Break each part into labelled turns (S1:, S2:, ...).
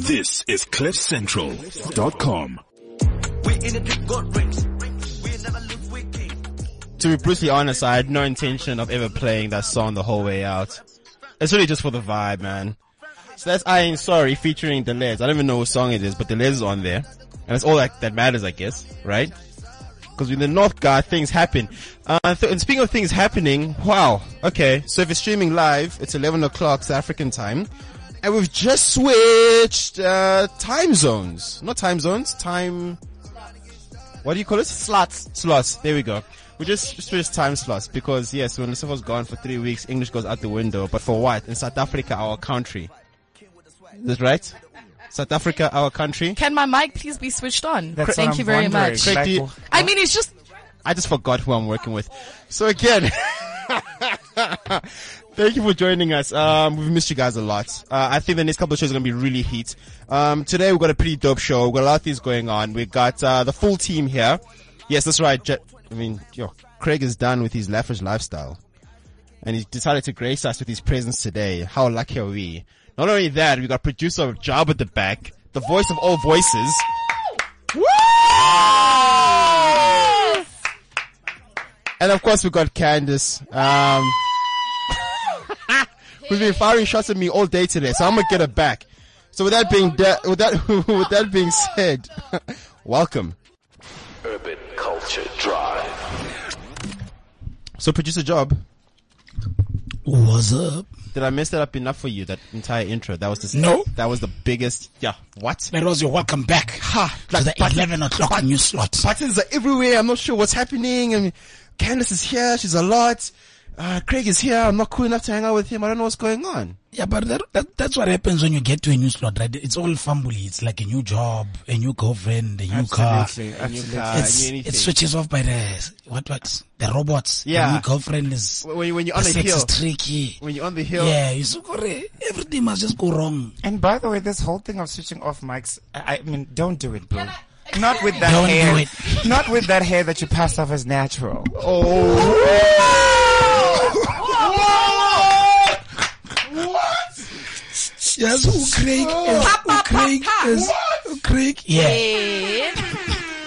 S1: This is CliffCentral.com.
S2: We in the big gold rings. We never look we king.
S3: To be brutally honest, I had no intention of ever playing that song the whole way out. It's really just for the vibe, man. So that's I Ain't Sorry featuring Delez. I don't even know what song it is, but Delez is on there. And that's all that, that matters, I guess, right? Because with the North Guard, things happen. Uh, th- and speaking of things happening, wow. Okay, so if it's streaming live, it's 11 o'clock South African time. And we've just switched uh, time zones. Not time zones, time... What do you call it? Slots. Slots. There we go. We just switched time slots because yes, when Lucifer's gone for three weeks, English goes out the window. But for what? In South Africa, our country. Is that right? South Africa, our country.
S4: Can my mic please be switched on?
S5: That's
S4: Thank
S5: what
S4: you
S5: I'm
S4: very
S5: wondering.
S4: much.
S3: Craig, do you-
S5: Like,
S4: I mean, it's just
S3: I just forgot who I'm working with. So again, thank you for joining us. Um, we've missed you guys a lot. Uh, I think the next couple of shows are going to be really heat. Um, today we've got a pretty dope show. We've got a lot of things going on. We've got, uh, the full team here. Yes, that's right. Je- I mean, yo, Craig is done with his lavish lifestyle and he decided to grace us with his presence today. How lucky are we? Not only that, we got producer Job at the back, the voice of all voices. And of course, we got Candace, um, who's been firing shots at me all day today. So I'm gonna get her back. So with that being da- with that with that being said, welcome.
S6: Urban Culture Drive.
S3: So producer Job,
S7: What's up?
S3: did I mess that up enough for you? That entire intro. That was the
S7: No.
S3: That was the biggest. Yeah. What?
S7: That was your welcome back ha, to the 11 o'clock news slot.
S3: buttons are everywhere. I'm not sure what's happening. And Candace is here. She's a lot. Uh, Craig is here. I'm not cool enough to hang out with him. I don't know what's going on.
S7: Yeah, but that, that that's what happens when you get to a new slot, right? It's all fumbly. It's like a new job, a new girlfriend, a new
S5: Absolutely,
S7: car.
S5: absolutely.
S3: Uh,
S7: It's, it switches off by the what what the robots. The
S3: Yeah.
S7: new girlfriend is
S3: When you- when you're
S7: the
S3: on a
S7: sex
S3: hill.
S7: is tricky.
S3: when you're on the hill.
S7: Yeah, you so correct. Everything must just go wrong.
S5: And by the way, this whole thing of switching off mics, I, I mean, don't do it, bro. Not with that
S7: Don't do
S5: hair.
S7: it.
S5: Not with that hair that you passed off as natural.
S3: Oh!
S7: Yes, who Craig
S3: Oh.
S7: is, who Craig is, who Craig. Yeah,
S4: in.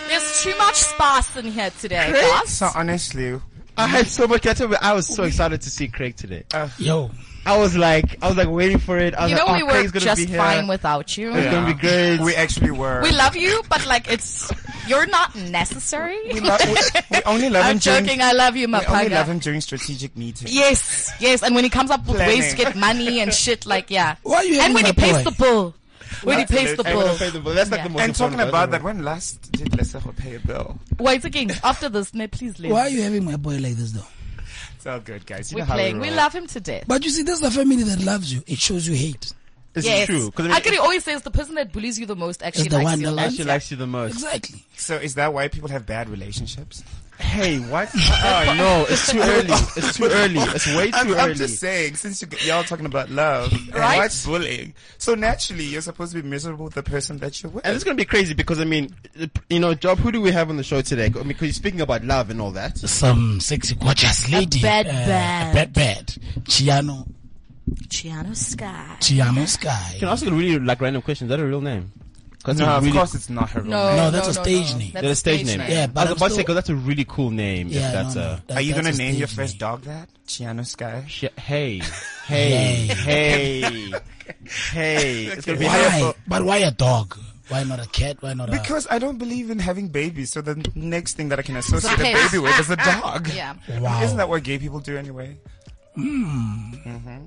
S4: There's too much spice in here today, guys.
S5: So honestly,
S3: I had so much. I, tell you, I was so excited to see Craig today.
S7: yo,
S3: I was like, I was like waiting for it. I was
S4: You know
S3: like,
S4: we
S3: oh, Craig's gonna
S4: work just
S3: be here.
S4: fine without you.
S3: It's gonna be great.
S5: we actually were.
S4: We love you, but like it's you're not necessary.
S5: We lo- we, we only love
S4: I'm
S5: him during,
S4: joking. I love you, my
S5: we only
S4: panga.
S5: love him during strategic meetings.
S4: Yes, yes. And when he comes up with ways to
S5: Planning.
S4: get money and shit, like yeah.
S7: Why are you
S4: and when he
S7: having
S4: pays the
S7: my boy?
S4: bill. When he pays the
S3: I'm gonna
S4: bill.
S3: pay the bill. That's like the most
S5: And talking
S3: important
S5: about
S3: part.
S5: that, when last did Lesego pay a bill?
S4: Wait again. After this, may I please leave.
S7: why are you having my boy like this though?
S5: It's all good, guys. You
S4: We're
S5: know how
S4: playing.
S5: We,
S4: We
S5: roll.
S4: love him to death.
S7: But you see, this is the family that loves you. It shows you hate.
S3: It's
S4: yes.
S3: true. 'cause I mean,
S4: Akari always says the person that bullies you the most actually
S7: Is the
S4: likes
S7: one
S4: you.
S7: that
S4: a lot.
S7: loves
S3: she likes you the most.
S7: Exactly.
S5: So is that why people have bad relationships?
S3: Hey, what? oh no, it's too early. It's too early. It's way too
S5: I'm,
S3: early.
S5: I'm just saying, since you, y'all talking about love, and
S4: Right?
S5: what's bullying? So naturally, you're supposed to be miserable with the person that you're with.
S3: And it's going to be crazy because, I mean, you know, Job, who do we have on the show today? I mean, because you're speaking about love and all that.
S7: Some sexy, gorgeous lady.
S4: bad,
S7: uh,
S4: bad.
S7: A bad, bad. Chiano,
S4: Chiano Sky.
S7: Chiano Sky.
S3: Can I ask you really, like, random questions? Is that a real name? That's
S5: no,
S3: a
S5: of
S3: really,
S5: course it's not her. real
S4: No,
S7: No, that's a stage name.
S4: That's
S3: That's a stage name.
S7: Yeah, but
S3: I was about
S7: I'm
S3: to say,
S7: still-
S3: 'cause that's a really cool name. if
S7: Yeah,
S3: that's
S7: no, no,
S3: a...
S7: that-
S5: Are you
S7: that's
S5: gonna
S7: a
S5: name your
S7: stage
S5: first
S7: name.
S5: dog that? Chiano Sky.
S3: Sh- hey, hey, hey, hey. It's going to be...
S7: Why? But why a dog? Why not a cat? Why not
S5: Because I don't believe in having babies, so the next thing that I can associate
S4: Okay.
S5: a baby with is a dog.
S4: Yeah.
S7: a... Wow.
S5: Isn't that what gay people do anyway?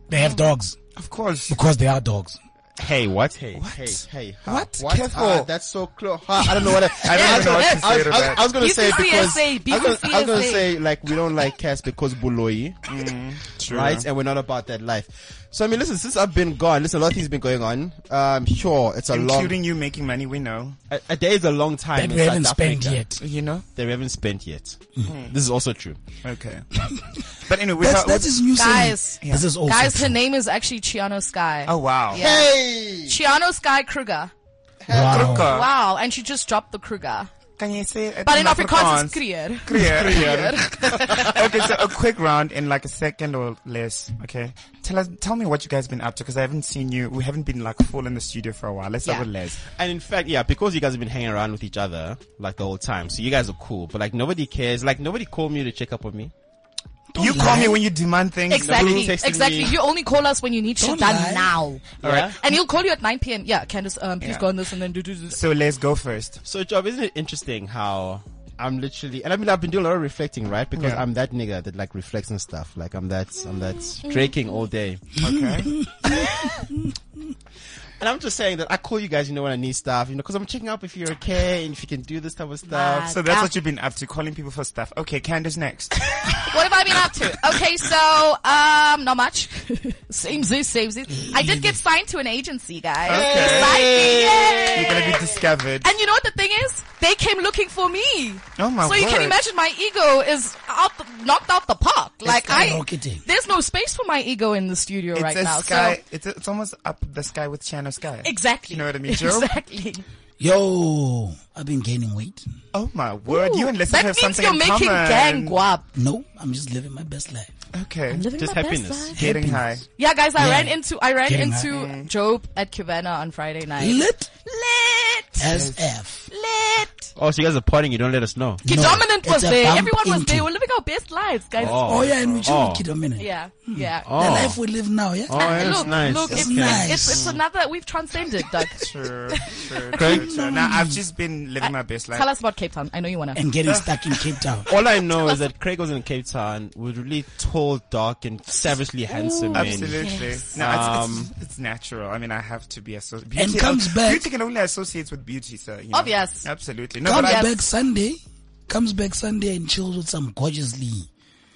S7: They have dogs.
S5: Of course.
S7: Because they are dogs.
S3: Hey, what? Hey, hey, hey. ha,
S5: What?
S3: What?
S5: Careful.
S3: Ah, that's so close. Ha, I don't know what I, I,
S5: don't know what to
S3: I,
S5: say
S3: was-
S5: to
S3: I was-
S5: that.
S3: I was going to say because...
S4: BCCSA,
S3: I was gonna- I was going to
S4: BCCSA.
S3: say, like, we don't like cats because Buloyi. right? And we're not about that life. So I mean, listen, since I've been gone, listen, a lot of things been going on. Um, sure, it's a
S5: Including you making money, we know.
S3: long, a, a day is a long time
S7: that
S3: in
S7: we haven't
S3: South
S7: spent
S3: Africa
S7: yet. Mm-hmm.
S5: You know?
S3: That we haven't spent yet. This is also true.
S5: Okay. but anyway,
S7: That's,
S5: without,
S7: that is new saying.
S4: Guys.
S7: This is also
S4: Guys, her
S7: true.
S4: name is actually Chiano Sky.
S5: oh wow.
S4: Yeah.
S3: Hey,
S4: Chiano Sky Kruger.
S7: Wow.
S5: Kruger.
S4: Wow. And she just dropped the Kruger.
S5: Can you say it
S4: But in Afrikaans, it's clear.
S5: Clear. okay, so a quick round in like a second or less. Okay, tell us, tell me what you guys been up to because I haven't seen you. We haven't been like full in the studio for a while. Let's
S4: Yeah.
S5: start with Les.
S3: And in fact, yeah, because you guys have been hanging around with each other like the whole time, so you guys are cool. But like nobody cares. Like nobody called me to check up on me.
S5: you call me when you demand things.
S4: Exactly.
S3: Who's texting
S4: Exactly.
S3: me?
S4: You only call us when you need shit
S7: Don't
S4: done
S7: lie.
S4: now.
S3: All right.
S4: And he'll call you at 9 p.m. Yeah, Candice, um, please
S5: Yeah.
S4: go on this and then do, do, do.
S5: So Les, go first.
S3: So, Job, isn't it interesting how I'm literally, and I mean, I've been doing a lot of reflecting, right? Because
S5: Yeah.
S3: I'm that nigga that like reflects and stuff. Like I'm that, I'm that
S4: Mm.
S3: draking all day.
S5: Okay.
S3: And I'm just saying that I call you guys, you know, when I need stuff, you know, cause I'm checking up if you're okay and if you can do this type of stuff.
S4: Mad.
S5: so that's what you've been up to, calling people for stuff. Okay, Candace next.
S4: What have I been up to? Okay, so, um, not much. same this, same this. I did get signed to an agency, guys.
S5: Okay.
S4: Exciting, yay!
S5: You're gonna be discovered.
S4: And you know what the thing is? They came looking for me.
S5: Oh my
S4: So you can
S5: word.
S4: imagine my ego is out the, knocked out the park. Like I,
S7: skyrocketing.
S4: there's no space for my ego in the studio
S5: It's
S4: right
S5: a
S4: now.
S5: sky.
S4: So
S5: It's, a, it's almost up the sky with Channel Sky.
S4: exactly.
S5: You know what I mean, Joe?
S4: Exactly.
S7: Yo, I've been gaining weight.
S5: Oh my word! you and Les
S4: that
S5: have
S4: means
S5: something
S4: you're
S5: in
S4: making
S5: common.
S4: gang guap.
S7: No, I'm just living my best life.
S5: Okay.
S4: Living
S3: Just
S4: my best
S3: happiness.
S4: life.
S5: Getting high.
S7: Happiness.
S4: Yeah, guys, I
S7: Yeah.
S4: ran into I ran
S7: Getting
S4: into Job at Cubana on Friday night.
S7: Lit
S4: Lit,
S7: as F.
S4: lit.
S3: Oh, so you guys are partying, you don't let us know.
S4: Kid
S7: No,
S4: Dominant
S7: it's
S4: was
S7: a
S4: there.
S7: bump
S4: Everyone was
S7: into-
S4: there. We're living our best lives, guys.
S7: Oh, yeah, and we should
S3: Oh.
S7: oh. kid a minute.
S4: Yeah, yeah.
S7: The
S3: Oh.
S7: life we live now, yeah?
S3: Oh, that's
S4: look,
S3: nice.
S4: look, it's,
S7: Okay.
S4: it's, it's, it's another, we've transcended, Doug.
S5: True. True.
S3: Craig?
S5: true, true. Now I've just been living my best life.
S4: Tell us about Cape Town. I know you wanna.
S7: And getting stuck in Cape Town.
S3: All I know is that Craig was in Cape Town with really tall, dark, and savagely handsome men.
S5: Absolutely. No, it's, it's, it's natural. I mean, I have to be associated. Beauty,
S7: Um, comes back-
S5: Beauty can only associate with beauty, so you know.
S4: Obvious.
S5: Absolutely. No,
S7: Comes
S5: but I,
S7: back Sunday. Comes back Sunday and chills with some gorgeously.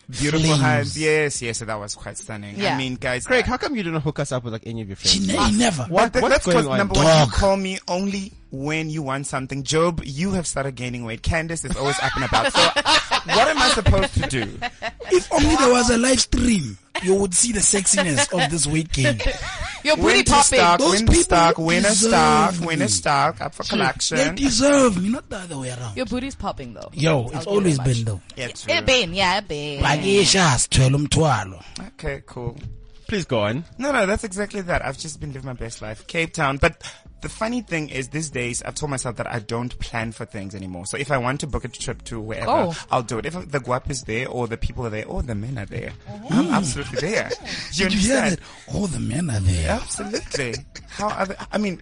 S5: beautiful
S7: Flames.
S5: hands. Yes, yes. That was quite stunning.
S4: Yeah.
S5: I mean, guys.
S3: Craig,
S5: I-
S3: how come you didn't hook us up with like any of your
S7: She
S3: friends?
S7: ne- he never.
S5: But
S3: What-
S5: th-
S3: what's
S5: that's because
S3: going on?
S5: number one, you
S7: Dog.
S5: call me only when you want something. Job, you have started gaining weight. Candace is always up and about. So, what am I supposed to do?
S7: If only there was a live stream, you would see the sexiness of this weight gain.
S4: Your booty
S5: When to
S4: popping.
S5: stock,
S7: Those
S5: when to
S7: people
S5: stock, when to
S7: deserve
S5: stock, when
S7: me.
S5: to stock, up for
S7: They
S5: collection.
S7: deserve me, not the other way around.
S4: Your booty's popping though.
S7: Yo, it's always been though.
S5: Yeah, true.
S4: It been, yeah, it been.
S7: Bakisha sithwele umthwalo.
S5: Okay, cool.
S3: Please go on.
S5: No, no, that's exactly that. I've just been living my best life. Cape Town. But the funny thing is these days I've told myself that I don't plan for things anymore. So if I want to book a trip to wherever,
S4: Oh.
S5: I'll do it. If the guap is there or the people are there or the men are there, I'm absolutely there. Do you
S7: Oh. Did you hear
S5: understand?
S7: that? All the men are there.
S5: Absolutely. How other? I mean,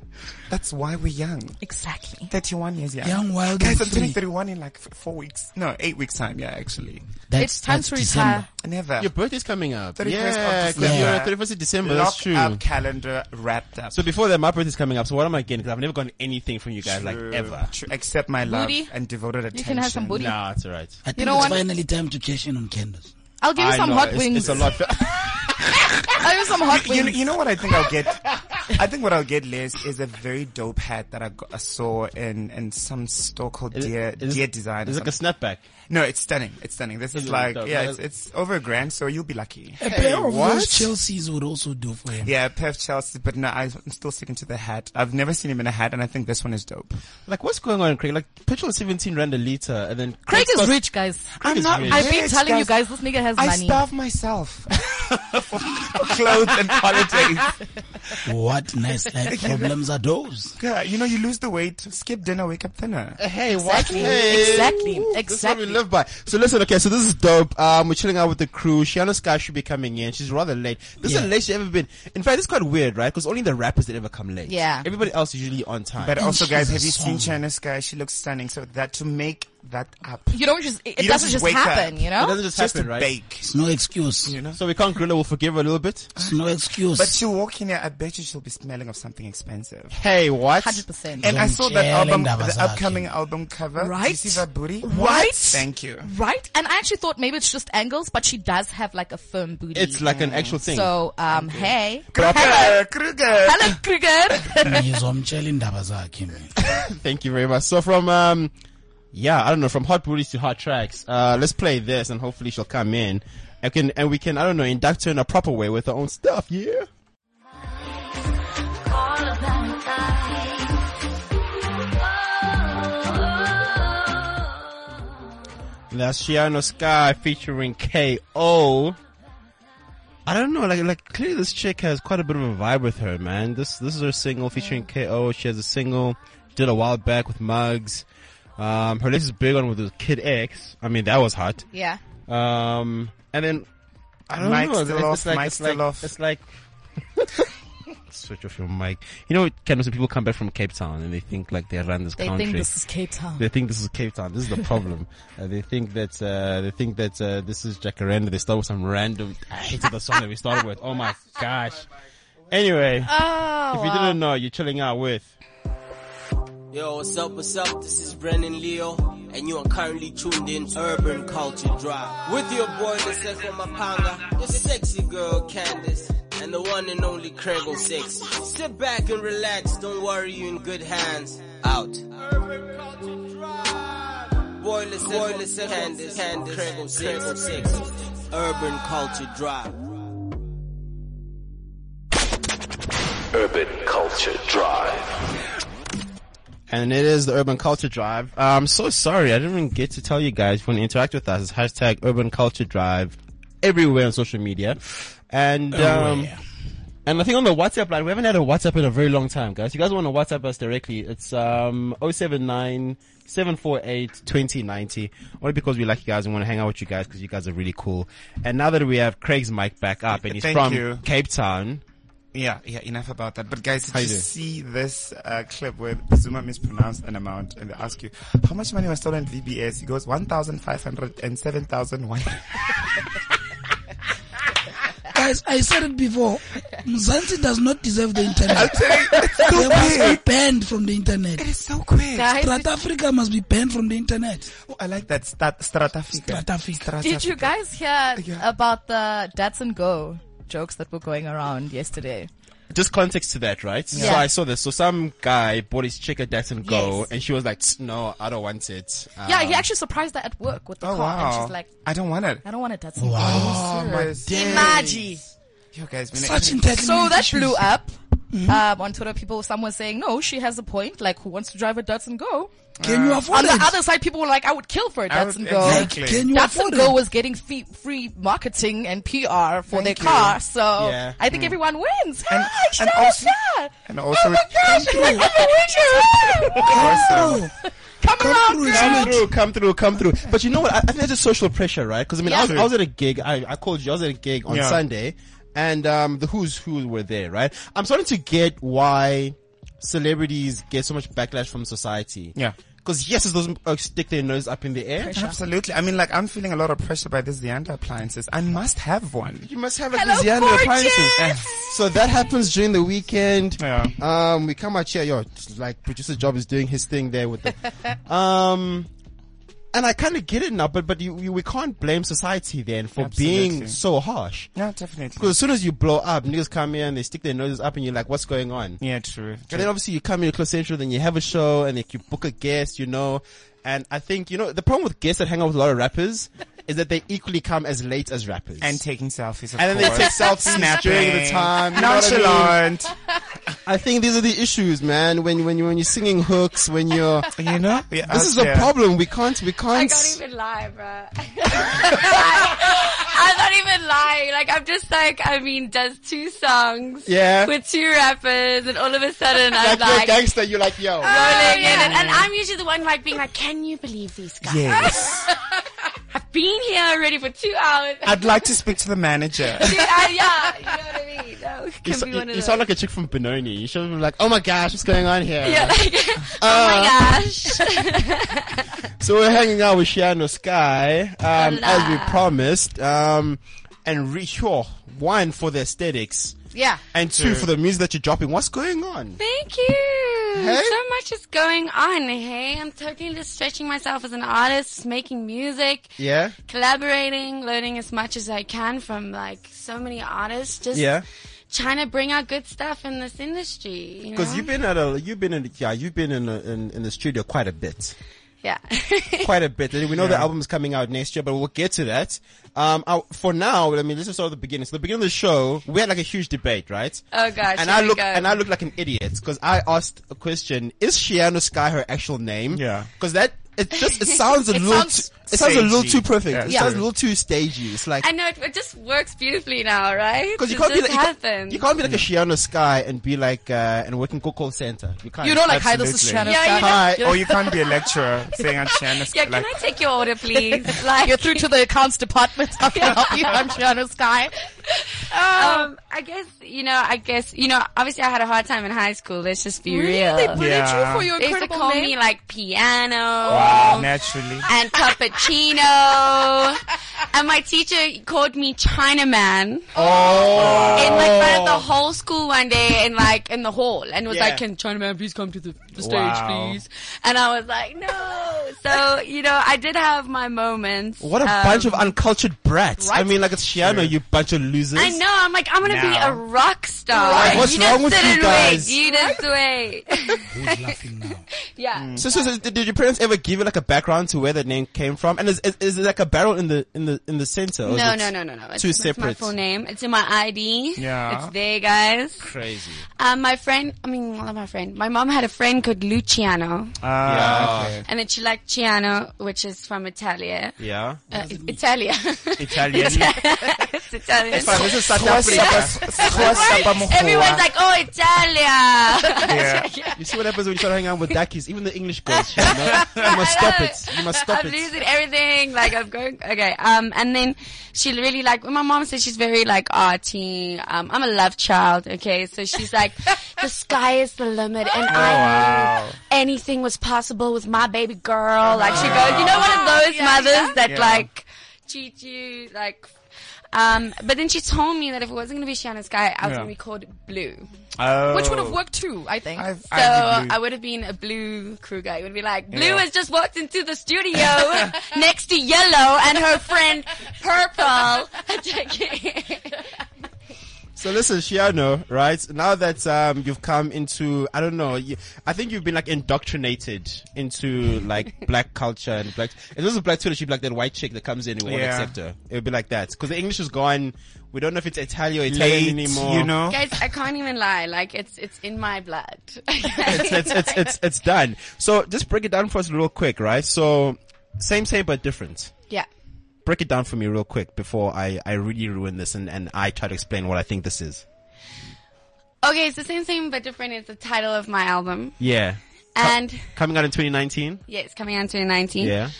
S5: that's why we're young.
S4: Exactly.
S5: 31 years young.
S7: Young, wild,
S5: Guys,
S7: and
S5: I'm turning
S7: free.
S5: 31 in like f- four weeks. No, eight weeks time. Yeah, actually.
S7: That's,
S4: It's time
S7: that's
S4: to
S7: December.
S4: retire.
S5: Never.
S3: Your birthday's coming up.
S5: 31st
S3: yeah,
S5: of
S3: 'cause you're
S5: December.
S3: on 31st of December.
S5: Lock
S3: that's true.
S5: up calendar wrapped up.
S3: So before that, my birthday's coming up. So what am I getting? Because I've never gotten anything from you guys, like
S5: True,
S3: ever.
S5: true. Except my love
S4: Booty.
S5: and devoted attention.
S4: You can have some booty.
S3: Nah, it's alright.
S7: I think
S4: know
S7: it's
S4: what?
S7: finally time to cash in on candles.
S4: I'll give you
S3: I
S4: some
S3: know,
S4: hot
S3: it's-
S4: wings.
S3: It's a lot.
S4: I'll give you some hot
S5: You,
S4: wings.
S5: you know what I think I'll get? I think what I'll get, Liz, is a very dope hat that I, got, I saw in, in some store called
S3: Is it-
S5: Dear,
S3: is it-
S5: Dear Design. or
S3: It's like a
S5: something.
S3: snapback.
S5: no, it's stunning. It's stunning. This is,
S3: Is it
S5: like,
S3: dope?
S5: yeah,
S3: No,
S5: it's, it's over a grand, so you'll be lucky.
S7: A pair of
S3: what?
S7: those Chelsea's would also do for him.
S5: Yeah, Perth Chelsea, but no, I'm still sticking to the hat. I've never seen him in a hat, and I think this one is dope.
S3: Like what's going on, Craig? Like petrol is 17 rand a liter, and then
S4: Craig
S3: It's
S4: is
S3: not-
S4: rich, guys.
S3: Craig is rich.
S4: I've been
S5: Rich,
S4: telling you
S5: guys.
S4: guys, this nigga has
S5: I
S4: money.
S5: starve myself for clothes and holidays.
S7: What nice life problems are those?
S5: Yeah, you know, you lose the weight, skip dinner, wake up thinner.
S3: Hey,
S4: Exactly,
S3: what? Hey.
S4: exactly,
S3: Ooh, This is what we
S4: exactly.
S3: live by. So listen, okay, so this is dope. Um, we're chilling out with the crew. Shiano Sky should be coming in. She's rather late. This is
S7: Yeah.
S3: the late she's ever been. In fact, it's quite weird, right? Because only the rappers that ever come late.
S4: Yeah.
S3: Everybody else is usually on time.
S5: But also,
S7: she's
S5: guys,
S7: a
S5: have you seen
S7: song.
S5: China Sky? She looks stunning. So that to make that up,
S4: You don't just, it, it
S5: You don't
S4: doesn't
S5: just
S4: just
S5: wake up.
S4: happen, you
S3: it
S4: know?
S3: doesn't just,
S5: just
S3: happen,
S5: to
S3: right?
S5: bake.
S7: It's no excuse.
S5: You know?
S3: So we can't grill her. We'll forgive her a little bit.
S7: It's no excuse.
S5: But she'll walk in here. I bet you she'll be smelling of something expensive.
S3: Hey, what?
S4: 100%.
S5: And I saw that
S7: Don't
S5: album,
S7: tell him
S5: the
S7: that was
S5: upcoming album cover. Did you
S4: Right?
S5: see that booty?
S4: Right?
S5: Thank you.
S4: Right? And I actually thought maybe it's just angles, but she does have like a firm booty.
S3: It's like an actual thing.
S4: So, um, hey.
S5: Kruger, Kruger.
S4: Hello, Kruger.
S7: Ngizomtshela indaba zakhe mina.
S3: Thank you very much. So from um, yeah, I don't know, from hot booties to hot tracks. Uh, let's play this, and hopefully she'll come in. I can and we can I don't know induct her in a proper way with her own stuff. Yeah.
S8: all about time. Oh, oh, oh.
S3: That's Shiano Sky featuring KO. I don't know, like, like clearly this chick has quite a bit of a vibe with her, man. This, this is her single featuring
S4: Mm.
S3: KO. She has a single, did a while back with Mugs. Um, her latest big one with Kid X. I mean, that was hot.
S4: Yeah.
S3: Um, and then I don't
S5: Mic's
S3: know. Oh,
S5: still
S3: it's,
S5: off,
S3: it's like,
S5: mic's
S3: it's like,
S5: still off.
S3: It's like switch off your mic. You know, Candace, when people come back from Cape Town and they think like they run this
S4: They
S3: country.
S4: think this is Cape Town.
S3: they think this is Cape Town. This is the problem. uh, they think that uh, they think that uh, this is Jacaranda. They start with some random. I hated the song that we started with. Oh my gosh. Anyway,
S4: Oh,
S3: if you
S4: wow.
S3: didn't know, you're chilling out with.
S8: Yo, what's up, what's up? This is Brennan Leo, and you are currently tuned in to Urban Culture Drive. With your boy, the second Mapanga, your sexy girl, Candace, and the one and only Craig 06. Sit back and relax, don't worry, you're in good hands. Out. Urban Culture Drive. Boy, the second, boy, the second Candace, Candace, Craig 06, Craig 06. Urban Culture Drive.
S6: Urban Culture Drive.
S3: and it is the Urban Culture Drive. Uh, I'm so sorry, I didn't even get to tell you guys. If you want to interact with us, it's hashtag Urban Culture Drive everywhere on social media, and
S7: Oh,
S3: um, and I think on the WhatsApp line, we haven't had a WhatsApp in a very long time, guys. You guys want to WhatsApp us directly? It's um 079 748 2090. Only because we like you guys and want to hang out with you guys because you guys are really cool. And now that we have Craig's mic back up and he's
S5: Thank
S3: from
S5: you.
S3: Cape Town,
S5: Yeah, yeah, enough about that. But guys, did
S3: How
S5: you
S3: you doing?
S5: see this uh, clip where Zuma mispronounced an amount and they ask you, how much money was stolen at VBS? He goes, 1,500 and 7,001.
S7: Guys, I said it before. Mzansi does not deserve the internet.
S5: it's
S7: They
S5: so
S7: must be
S5: quick.
S7: banned from the internet.
S5: It's so quick.
S4: Guys,
S7: South Africa must be banned from the internet.
S5: Oh, I like that. Stat- Stratafica.
S7: Stratafica.
S4: did you guys hear
S5: Yeah.
S4: about the Dats and Go jokes that were going around yesterday?
S3: just context to that, right? So
S4: Yeah.
S3: I saw this. So some guy bought his chick a that and go,
S4: Yes.
S3: and she was like, "Tsk, "No, I don't want it." Um,
S4: yeah, he actually surprised her at work with the
S5: Oh,
S4: car, and
S5: wow.
S4: she's like,
S5: I don't want it.
S4: "I don't want a Datsun Go."
S5: Oh, my days.
S4: Imagine.
S5: Yo, guys, when I-
S7: Such entitlement.
S4: So that
S7: issues.
S4: blew up um, on Twitter. People, someone saying, "No, she has a point. Like, who wants to drive a Datsun Go?"
S7: Can you afford
S4: On the
S7: it?
S4: other side, people were like, "I would kill for a
S5: I would-
S4: Datsun Go."
S7: like,
S5: Exactly.
S7: can you
S4: Datsun
S7: afford
S4: Go
S7: it?
S4: was getting fee- free marketing and PR for their
S5: Thank you. Hmm.
S4: car, so
S3: Yeah.
S4: I think everyone wins.
S5: And-
S4: Hi,
S5: and
S4: shout out,
S5: also-
S4: shout.
S5: and also
S4: oh my
S5: it-
S4: gosh,
S5: Thank
S4: it's like I'm a winner.
S5: Awesome.
S4: Come,
S7: through,
S4: along, girl.
S7: Islam.
S3: Come through, come through, come through. But you know what? I, I think that's just social pressure, right? Because I mean, I, was,
S4: Yeah.
S3: I was at a gig. I, I called you. I was at a gig on
S5: Yeah.
S3: Sunday, and um, the who's who were there, right? I'm starting to get why celebrities get so much backlash from society.
S5: Yeah.
S3: Because yes, it's those uh, stick their nose up in the air.
S5: Absolutely. I mean, like, I'm feeling a lot of pressure by this Leander appliances. I must have one.
S3: You must have like
S4: Hello,
S3: these Leander
S4: gorgeous.
S3: appliances. Eh. so that happens during the weekend.
S5: Yeah.
S3: Um, we come out here, yo, just like producer Job is doing his thing there with the, um, and I kind of get it now, but, but you, you, we can't blame society then for being
S5: Absolutely.
S3: so harsh.
S5: No, definitely.
S3: Cause as soon as you blow up, niggas come here and they stick their noses up and you're like, what's going on?
S5: Yeah, true.
S3: And then obviously you come here to Close Central, then you have a show, and like you book a guest, you know. And I think you know the problem with guests that hang out with a lot of rappers is that they equally come as late as rappers.
S5: And taking selfies, of
S3: And then they
S5: course.
S3: take selfies during the time. you know what I mean?
S5: Nonchalant.
S3: I think these are the issues, man. When when you when you're singing hooks, when you're
S5: You know? We
S3: this
S5: out
S3: is the
S5: there.
S3: problem. We can't we
S4: I
S3: can't.
S4: can't even lie, bruh. I'm not even lying. Like, I'm just like, I mean, does two songs
S3: Yeah.
S4: with two rappers, and all of a sudden I'm
S3: like, you're a
S4: like, rolling
S3: gangster, you're like yo.
S9: Ah,
S4: in
S9: And, and I'm usually the one like being like, can you believe these guys?
S5: Yes.
S9: I've been here already for two hours.
S5: I'd like to speak to the manager.
S9: yeah, yeah, you know what I mean? That could
S3: You,
S9: be
S3: so-
S9: one
S3: you,
S9: of
S3: you
S9: those.
S3: sound like a chick from Benoni. You should be like, oh my gosh, what's going on here?
S9: yeah, like,
S3: Uh.
S9: oh my gosh.
S3: So we're hanging out with Shiano Sky, um, as we promised, um, and re- sure, one for the aesthetics
S4: Yeah.
S3: and two for the music that you're dropping. What's going on?
S9: Thank you.
S3: Hey?
S9: So much is going on, hey? I'm totally just stretching myself as an artist, making music,
S3: Yeah,
S9: collaborating, learning as much as I can from like so many artists. Just
S3: yeah.
S9: trying to bring out good stuff in this industry. You know?
S3: Because you've been at a, you've been in, yeah, you've been in, a, in in the studio quite a bit.
S9: yeah.
S3: quite a bit. And we know the album's coming out next year, but we'll get to that. Um, I, for now, I mean, let's just start at the beginning. So the beginning of the show, we had like a huge debate, right?
S9: Oh, gosh,
S3: And
S9: here
S3: I
S9: we
S3: look,
S9: go.
S3: and I look like an idiot because I asked a question: Is Shiano Sky her actual name?
S5: Yeah.
S3: Because that It just it sounds a
S4: It
S3: little
S4: sounds-
S3: too, it sounds a little
S5: Stagey.
S3: too perfect.
S5: Yeah,
S3: it
S4: yeah.
S3: sounds a little too stagey. It's like
S9: I know it, it just works beautifully now, right?
S3: because you
S9: It
S3: can't be like
S9: just
S3: you can't,
S9: happens.
S3: you can't be like a Shiano Sky and be like uh and work in call center. You can't.
S4: You know, like, hi, this is Shannon.
S5: Absolutely.
S9: Yeah, you know-
S4: Sky.
S3: Hi.
S5: Or you can't be a lecturer saying I'm Shannon.
S9: yeah, can
S5: like,
S9: I take your order, please? Like,
S4: You're through to the accounts department. How can I help you? I'm Shiano Sky.
S9: um, I guess you know. I guess you know. Obviously, I had a hard time in high school. Let's just be real.
S4: They bullied
S5: Yeah.
S4: you for your
S9: They used to
S4: incredible
S9: call
S4: name.
S9: me like piano.
S5: wow, uh, naturally.
S9: and cappuccino. and my teacher called me Chinaman. Oh. In like front of the whole school one day in like in the hall and was
S3: Yeah.
S9: like, Can Chinaman please come to the, the stage
S5: Wow.
S9: please? And I was like, No. So, you know, I did have my moments.
S3: What a
S9: Um,
S3: bunch of uncultured brats. I
S4: right?
S3: mean, like it's Shiano, you bunch of losers.
S9: I know, I'm like, I'm gonna be
S5: Now.
S9: a rock star.
S3: Right. What's
S9: just
S3: wrong with
S9: sit
S3: you
S9: and
S3: guys?
S9: Wait. You just wait.
S7: Who's laughing now?
S9: yeah.
S3: So, so, so did did your parents ever give you like a background to where the name came from? And is, is, is it like a barrel in the in the in the center? or Oh, is
S9: No,
S3: it
S9: no, no, no, no. It's,
S3: two
S9: it's my
S3: separate.
S9: full name. It's in my ID.
S5: Yeah.
S9: It's there, guys.
S3: Crazy.
S9: Um, my friend, I mean, not my friend, my mom had a friend called Luciano,
S5: Ah,
S3: Yeah.
S5: okay.
S9: and then she liked Ciano, which is from Italia.
S3: Yeah.
S9: Uh, Italia.
S5: Italian.
S9: it's Italian.
S3: Fine, this is South Africa.
S9: Everyone's like, oh, Italia.
S5: Yeah.
S3: You see what happens when you try to hang out with Dakis, even the English girls. You, know? you must stop it. You must stop
S9: I'm
S3: it.
S9: losing everything. Like I'm going okay. Um, and then she really like my mom says she's very like arty. Um, I'm a love child. Okay, so she's like, the sky is the limit,
S3: Oh,
S9: and I
S5: wow.
S9: knew anything was possible with my baby girl. Like she goes, you know, one of
S3: Oh,
S9: those
S4: Yeah,
S9: mothers
S4: yeah.
S9: that
S5: Yeah.
S9: like cheat you, like. Um, but then she told me that if it wasn't gonna be Shannon Sky, I was
S5: Yeah.
S9: gonna be called Blue.
S5: Oh.
S4: Which would have worked too, I think.
S5: I've,
S9: So uh,
S5: I've
S9: I would have been a blue crew guy. It would be like, Blue
S5: Yeah.
S9: has just walked into the studio next to Yellow and her friend Purple.
S3: So listen, Shiano, right? Now that um, you've come into, I don't know, you, I think you've been like indoctrinated into like black culture and black. It was a black Twitter, she'd be like that white chick that comes in, we won't
S5: Yeah.
S3: accept her. It would be like that because the English is gone. We don't know if it's Italian or Italian
S5: late,
S3: anymore.
S5: you know. Uh,
S9: Guys, I can't even lie. Like, it's, it's in my blood.
S3: it's, it's, it's, it's, it's done. So just break it down for us real quick, right? So same, same, but different.
S9: yeah.
S3: Break it down for me real quick before I, I really ruin this and, and I try to explain what I think this is.
S9: Okay, it's the same thing but different. It's the title of my album.
S3: Yeah.
S9: And
S3: Coming out in 2019.
S9: yeah, it's coming out in 2019.
S3: Yeah.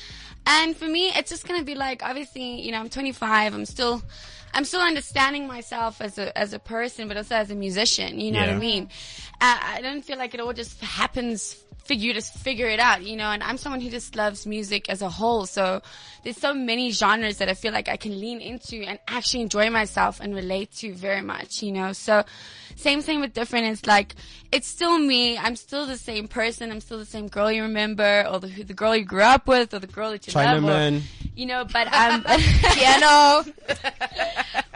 S9: And for me, it's just gonna be like, obviously, you know, I'm 25. I'm still, I'm still understanding myself as a as a person, but also as a musician. You know what
S3: Yeah.
S9: I mean? Uh, I don't feel like it all just happens. Figure you just figure it out, you know. And I'm someone who just loves music as a whole. So there's so many genres that I feel like I can lean into and actually enjoy myself and relate to very much, you know. So same thing with different. It's like it's still me. I'm still the same person. I'm still the same girl you remember, or the who- the girl you grew up with, or the girl that you love,
S3: Chinaman.
S9: or, you know. But um, piano. but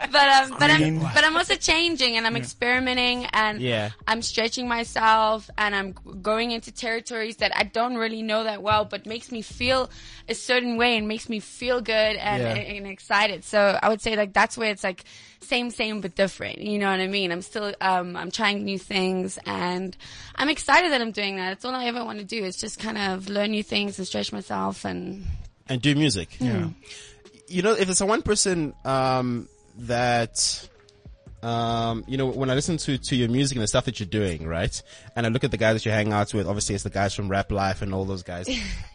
S9: um, but I'm
S5: Scream.
S9: but I'm also changing and I'm experimenting and
S3: Yeah.
S9: I'm stretching myself and I'm going into territories that I don't really know that well, but makes me feel a certain way and makes me feel good and,
S3: Yeah.
S9: and, excited. So I would say like that's where it's like same, same, but different. You know what I mean? I'm still, um, I'm trying new things and I'm excited that I'm doing that. It's all I ever want to do is just kind of learn new things and stretch myself and
S3: And do music. Yeah. You know, if it's a one person, um, that, um, you know, when I listen to, to your music and the stuff that you're doing, right? And I look at the guys that you hang out with, obviously it's the guys from Rap Life and all those guys.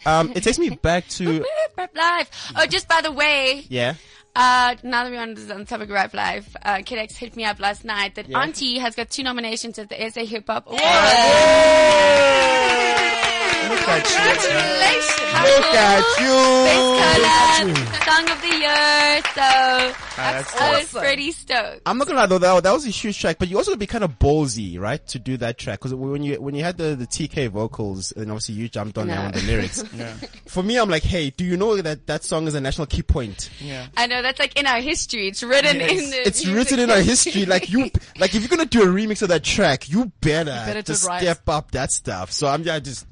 S3: Um, it takes me back to,
S9: life. Oh, just by the way,
S3: yeah.
S9: Uh, now that we're on, this- on the topic of rap life, uh, Kid X hit me up last night that Auntie has got two nominations at the SA Hip Hop Awards.
S5: Look at you.
S9: Congratulations!
S3: Look at you. Ah,
S9: Best collab, Song of the Year. So
S5: That's
S9: I was pretty stoked.
S3: I'm not gonna lie though, that, that was a huge track, but you also gotta be kind of ballsy, right, to do that track. Cause when you, when you had the, the TK vocals, and obviously you jumped on there
S9: No.
S3: on the lyrics. For me, I'm like, hey, do you know that that song is a national key point?
S9: I know that's like in our history. It's written in the.
S3: It's
S9: music
S3: written in our history. Like you, like if you're gonna do a remix of that track, you better,
S4: better do
S3: just
S4: it right.
S3: step up that stuff. So I'm yeah, just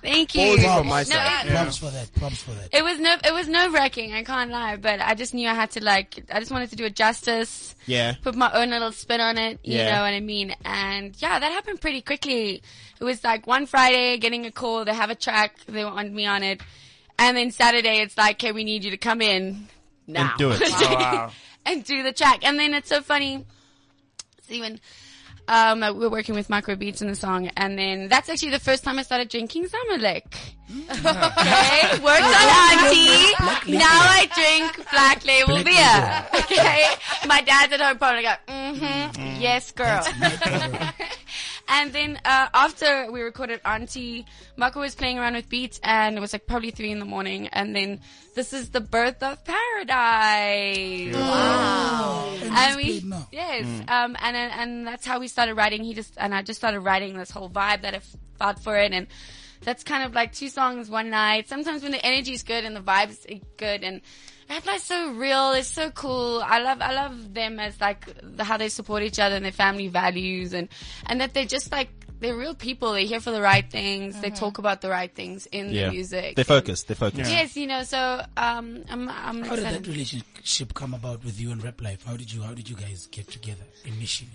S9: Thank you.
S3: balls from my
S9: No,
S3: side.
S9: it-
S7: Props for that. Props for that.
S9: It was no, it was nerve wracking. I can't lie, but I just knew I had to like, I just wanted to do it justice.
S3: Yeah.
S9: Put my own little spin on it. You
S3: Yeah.
S9: know what I mean? And yeah, that happened pretty quickly. It was like one Friday, getting a call. They have a track. They want me on it. And then Saturday, it's like, okay, we need you to come in now.
S3: do it.
S5: Oh, wow.
S9: and do the track. And then it's so funny. It's even, um, we we're working with micro beats in the song. And then that's actually the first time I started drinking Zamalek. okay. Worked on auntie. Now I drink black label beer. Okay. My dad's at home probably like, mm-hmm. Yes, girl. And then uh, after we recorded Auntie, Marco was playing around with beats, and it was like probably three in the morning. And then this is the birth of paradise. Wow! And we
S7: played now.
S9: yes,
S3: Mm.
S9: um, and and and that's how we started writing. He just and I just started writing this whole vibe that I felt for it, and that's kind of like two songs one night. Sometimes when the energy's good and the vibes is good and Rapline's so real, it's so cool. I love, I love them as like the, how they support each other and their family values and, and that they're just like, they're real people. They're here for the right things. They
S7: Mm-hmm.
S9: talk about the right things in
S3: Yeah.
S9: the music.
S3: They focus. They focus.
S9: Yes, you know, so, um, I'm, I'm
S7: How did that
S9: excited.
S7: relationship come about with you and Rap Life? How did you How did you guys get together initially?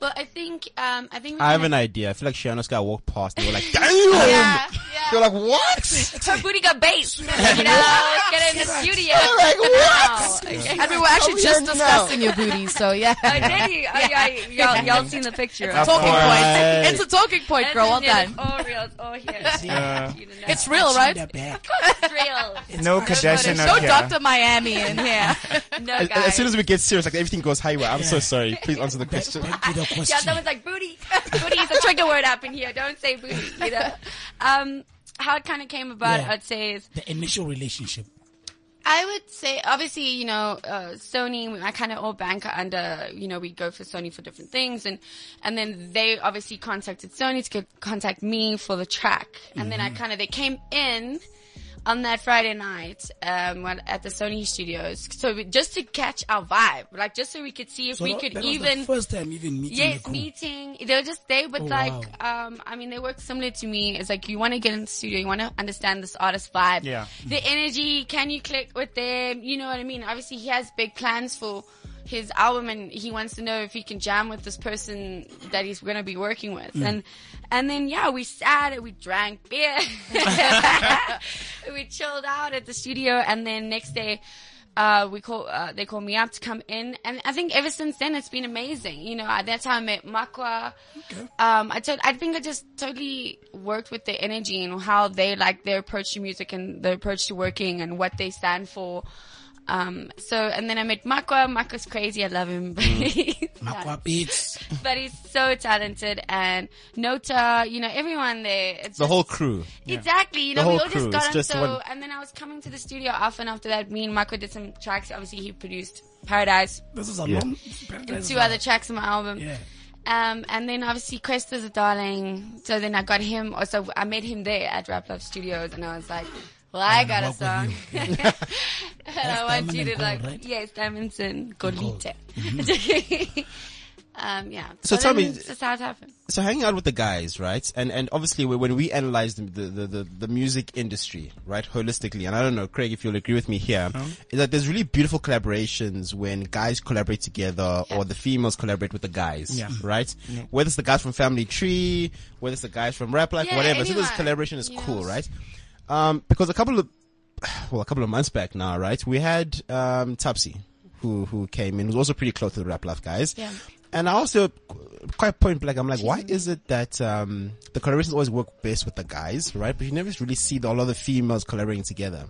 S9: But I think, um, I think we
S3: I have an
S9: kinda-
S3: idea. I feel like Shiano's guy walked past. They were like, "Damn!"
S9: Yeah, yeah.
S3: They're like, "What?"
S9: her booty got baked. You know, let's get her in the studio. Oh,
S3: Like, what?
S9: Okay.
S4: And we were actually just discussing your booty, so yeah.
S9: Oh, did you? Oh, yeah, y'all, y'all seen the picture.
S5: Of
S4: talking
S5: course.
S3: Alright.
S4: point. It's a talking point, girl. Well done.
S9: It's all real. It's all here.
S5: Yeah.
S9: You know.
S4: It's real, right?
S7: Back.
S9: It's real.
S5: No Kardashian
S4: No
S5: out here.
S4: Dr. Miami in here.
S9: No, guys.
S3: As soon as we get serious, like everything goes highway. I'm so sorry. Please answer the question.
S7: Back to the
S9: yeah,
S7: question.
S9: someone's like booty. booty is a trigger word up in here. Don't say booty. You know. Um, how it kind of came about,
S7: Yeah.
S9: I'd say, is
S7: the initial relationship.
S9: I would say, obviously, you know, uh, Sony, I kind of all banker under, you know, we go for Sony for different things. And, and then they obviously contacted Sony to get, contact me for the track. And then I
S7: Mm-hmm.
S9: kind of, they came in on that Friday night, um, when, at the Sony studios. So we, just to catch our vibe, like just so we could see if
S7: So
S9: we
S7: that-
S9: could
S7: that was the
S9: even.
S7: first time even meeting. the
S9: Yes,
S7: crew.
S9: meeting. They were just they, but
S7: Oh,
S9: like, um, I mean, they work similar to me. It's like you want to get in the studio, you want to understand this artist vibe,
S5: Yeah.
S9: the energy. Can you click with them? You know what I mean? Obviously, he has big plans for his album, and he wants to know if he can jam with this person that he's going to be working with, and and then yeah, we sat and we drank beer, we chilled out at the studio, and then next day uh, we call, uh, they called me up to come in. And I think ever since then, it's been amazing. You know, at that time I met Makwa. Um, I tot- I think I just totally worked with the energy and how they like their approach to music and their approach to working and what they stand for. Um, so, and then I met Makwa. Makwa's crazy. I love him.
S7: Mm. Makwa beats.
S9: but he's so talented and Nota, you know, everyone there. It's
S3: The
S9: just-
S3: whole crew.
S9: Exactly. You
S3: The
S9: know, we
S3: whole
S9: all
S3: crew,
S9: just got
S3: it's
S9: on
S3: just
S9: so,
S3: one-
S9: and then I was coming to the studio often after that. Me and Marco did some tracks. Obviously, he produced Paradise
S7: This is a long.
S9: and two other tracks on my album.
S7: Yeah.
S9: Um, and then obviously Quest is a darling. So then I got him, or so I met him there at Rap Love Studios and I was like, well, I got a
S7: work
S9: song.
S7: with
S9: and I want
S7: Diamond
S9: you
S7: and
S9: to
S7: Gold,
S9: like,
S7: right?
S9: yes, Diamonds and Golite. um, yeah.
S3: So
S9: But
S3: tell
S9: then
S3: me-
S9: it's just how it happened.
S3: so hanging out with the guys, right? And and obviously when- when we analyze the the, the, the the music industry, right, holistically, and I don't know, Craig, if you'll agree with me here,
S5: Uh-huh.
S3: is that there's really beautiful collaborations when guys collaborate together or the females collaborate with the guys,
S5: Yeah.
S3: right? Whether it's the guys from Family Tree, whether it's the guys from Rap Life,
S9: Yeah,
S3: whatever. So this
S9: anyone.
S3: collaboration is cool,
S9: Yes.
S3: right? Um, because a couple of well, a couple of months back now, right? We had um, Tapsi, who who came in, who's also pretty close to the Rap Life guys.
S9: Yeah. Mm-hmm.
S3: And I also qu- quite point blank, I'm like, why is it that um, the collaborations always work best with the guys, right? But you never really see the, a lot of the females collaborating together.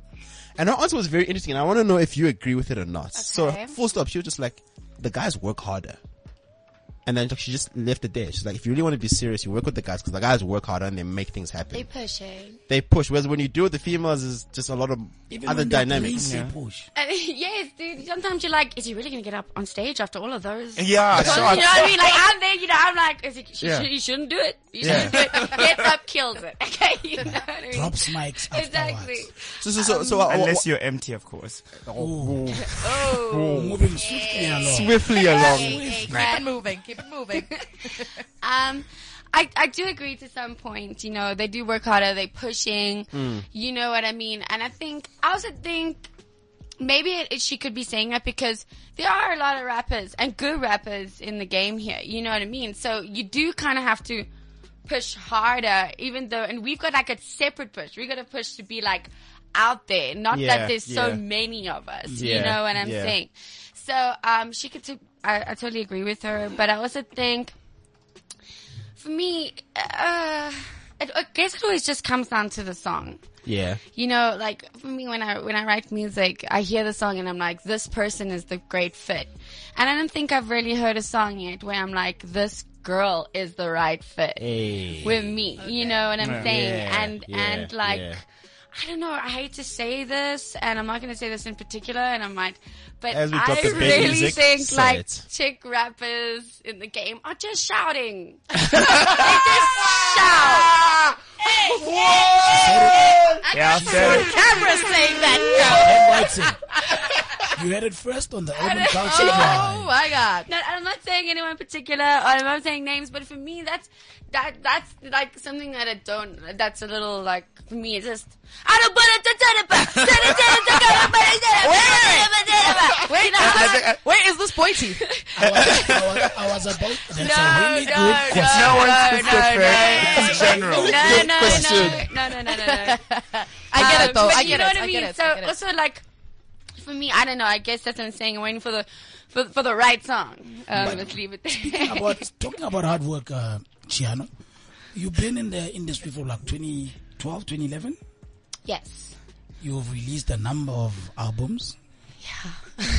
S3: And her answer was very interesting, and I want to know if you agree with it or not. So
S9: Okay.
S3: full stop, she was just like, the guys work harder. And then she just left it there. She's like, if you really want to be serious, you work with the guys because the guys work harder and they make things happen
S9: They push it.
S3: they push. Whereas when you do it with the females, is just a lot of other
S7: when they're
S3: dynamics.
S7: playing, they push.
S9: And yes, dude. Sometimes you're like, is he really gonna get up on stage after all of those?
S5: Yeah,
S9: You know
S5: sure.
S9: what I mean? Like I'm there, you know. I'm like, is it, sh-
S3: Yeah.
S9: sh- you shouldn't do it. You
S3: Yeah.
S9: shouldn't do it. Gets up, kills it. Okay, you know what I mean?
S7: Drops mics. Afterwards.
S9: Exactly.
S3: So, so, so, so I-
S5: Unless you're empty, of course.
S9: Oh,
S7: Moving swiftly along.
S3: swiftly along.
S9: hey, hey,
S4: Keep
S9: crap.
S4: it moving. Keep it moving.
S9: Um, I, I do agree to some point, you know, they do work harder, they pushing,
S4: Hmm.
S9: you know what I mean? And I think, I also think maybe it, it, she could be saying that because there are a lot of rappers and good rappers in the game here, you know what I mean? So you do kind of have to push harder, even though, and we've got like a separate push. We got to push to be like, out there. Not
S3: Yeah,
S9: that there's
S3: yeah.
S9: so many of us.
S3: Yeah,
S9: You know what I'm
S3: yeah.
S9: saying? So um, she could. T- I, I totally agree with her, but I also think for me, uh, it, I guess it always just comes down to the song.
S3: Yeah.
S9: You know, like for me, when I when I write music, I hear the song and I'm like, this person is the great fit, and I don't think I've really heard a song yet where I'm like, this girl is the right fit with me. You know what I'm saying?
S3: Yeah,
S9: and
S3: yeah,
S9: and like.
S3: yeah.
S9: I don't know. I hate to say this, and I'm not going to say this in particular, and I might, but
S3: As we drop
S9: I
S3: the big
S9: really
S3: music,
S9: think
S3: say
S9: like
S3: it.
S9: chick rappers in the game are just shouting. they just shout.
S5: Yeah, I said it.
S4: Camera saying that.
S7: You had it first on the urban culture
S4: Oh
S7: drive.
S4: my god.
S9: No, I'm not saying anyone in particular. I'm not saying names, but for me, that's that that's like something that I don't. That's a little like for me. It's just I don't put it to
S4: Where is this Boitie?
S7: I was, I was, I was about. That's a really
S9: no,
S7: good
S5: No
S7: question.
S9: no,
S5: one's specific. It's general.
S9: No, no, no, no, no, no.
S4: I get it
S9: Um,
S4: though.
S9: but
S4: I
S9: you
S4: get
S9: know
S4: it.
S9: what I
S4: I
S9: mean.
S4: get it.
S9: So
S4: I get it.
S9: also like for me, I don't know. I guess that's what I'm saying. I'm waiting for the for, for the right song. Um, let's leave it there.
S7: about talking about hard work, uh, Chiano. You've been in the industry for like 2012, 2011.
S9: yes.
S7: You've released a number of albums.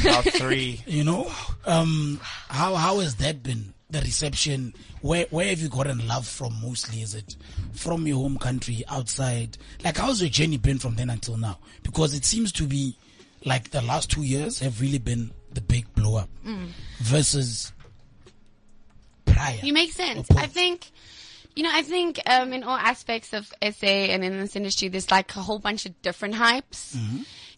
S5: About three.
S7: You know, um, how how has that been? The reception. Where where have you gotten love from? Mostly, is it from your home country, outside? Like, how's your journey been from then until now? Because it seems to be like the last two years have really been the big blow up versus prior.
S9: You make sense.
S7: Or
S9: I think, you know, I think um, in all aspects of SA and in this industry, there's like a whole bunch of different hypes.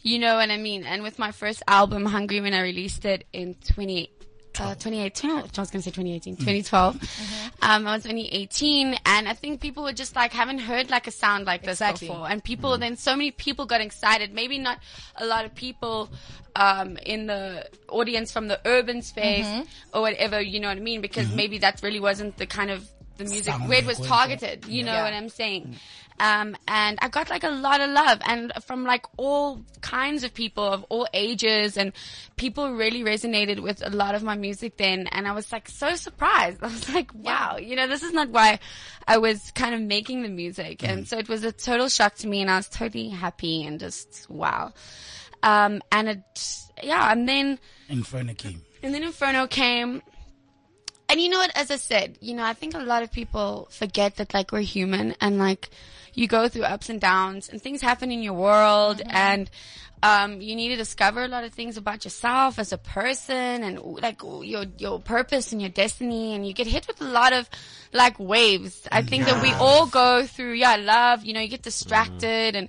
S9: You know what I mean? And with my first album, Hungry, when I released it in 20, uh, 2018, I was going to say 2018, 2012. Um, I was 2018 and I think people were just like, haven't heard like a sound like this
S4: Exactly.
S9: before. And people, then so many people got excited. Maybe not a lot of people, um, in the audience from the urban space or whatever, you know what I mean? Because maybe that really wasn't the kind of the music
S7: Sound
S9: where it
S7: they're
S9: was
S7: going
S9: targeted, you know
S4: Yeah.
S9: what I'm saying? Um, and I got like a lot of love and from like all kinds of people of all ages and people really resonated with a lot of my music then. And I was like so surprised. I was like, wow, you know, this is not why I was kind of making the music. And so it was a total shock to me and I was totally happy and just wow. Um, and it, yeah, and then,
S7: Inferno came.
S9: and then Inferno came. And you know what, as I said, you know, I think a lot of people forget that like we're human and like you go through ups and downs and things happen in your world and um, you need to discover a lot of things about yourself as a person and like your, your purpose and your destiny and you get hit with a lot of like waves. I think that we all go through, yeah, love, you know, you get distracted and,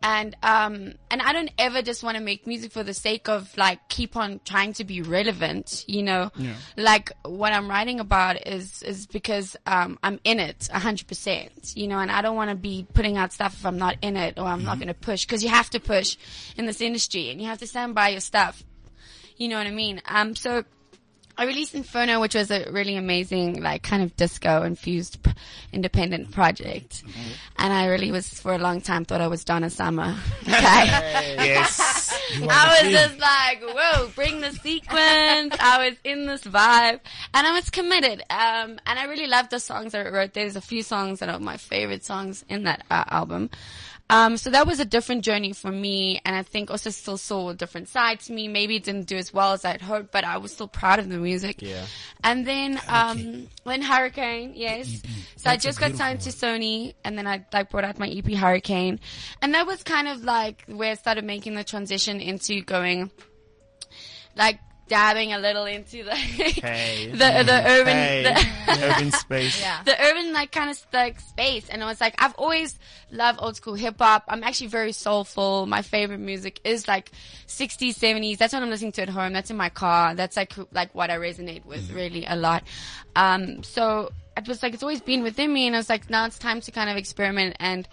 S9: and um and I don't ever just want to make music for the sake of like keep on trying to be relevant, you know. Like what I'm writing about is is because um I'm in it 100%, you know, and I don't want to be putting out stuff if I'm not in it or I'm not going to push cuz you have to push in this industry and you have to stand by your stuff. You know what I mean? Um so I released Inferno, which was a really amazing, like, kind of disco infused p- independent project. And I really was, for a long time, thought I was Donna Summer. Okay.
S5: Yes.
S9: I was just like, whoa, bring the sequence. I was in this vibe and I was committed. Um, and I really loved the songs that I wrote. There's a few songs that are my favorite songs in that uh, album. Um, so that was a different journey for me. And I think also still saw a different side to me. Maybe it didn't do as well as I'd hoped, but I was still proud of the music.
S3: Yeah.
S9: And then, um, when Hurricane, yes. So I
S7: That's a
S9: just got
S7: beautiful
S9: signed to Sony and then I like brought out my EP Hurricane. And that was kind of like where I started making the transition into going like dabbing a little into the
S5: Hey.
S9: the, the urban
S5: Hey.
S9: the,
S5: Urban space.
S4: Yeah.
S9: the urban like kind of like space and it was like I've always loved old school hip hop. I'm actually very soulful. My favorite music is like 60s, 70s. That's what I'm listening to at home. That's in my car. That's like who- like what I resonate with really a lot. Um so it was like it's always been within me and I was like now it's time to kind of experiment and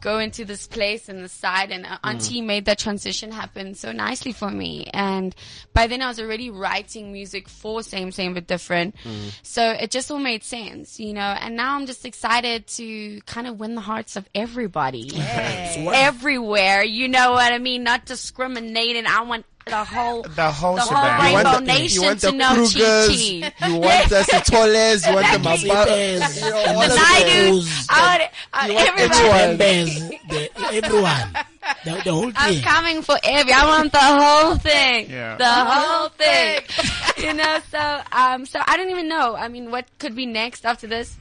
S9: go into this place and this side and
S3: Mm.
S9: uh, auntie made that transition happen so nicely for me and by then i was already writing music for same same but different
S3: Mm.
S9: so it just all made sense you know and now i'm just excited to kind of win the hearts of everybody everywhere you know what i mean not discriminating i want the whole
S5: The whole
S9: the
S5: shebang.
S9: whole
S5: You
S9: rainbow
S3: the-
S9: nation
S3: you want
S9: to
S3: the
S9: know Chi
S3: Krugers,
S9: Chi
S3: you want the Sitoles, you want the
S9: Exactly.
S3: Mapa. you
S7: The
S3: want
S9: the
S3: us
S9: Naidus, I would- I- everybody.
S7: Members, the, everyone, the, the whole
S9: I'm
S7: thing.
S9: coming for every. I want the whole thing.
S5: Yeah.
S9: The whole thing. you know, so um, so I don't even know. I mean, what could be next after this?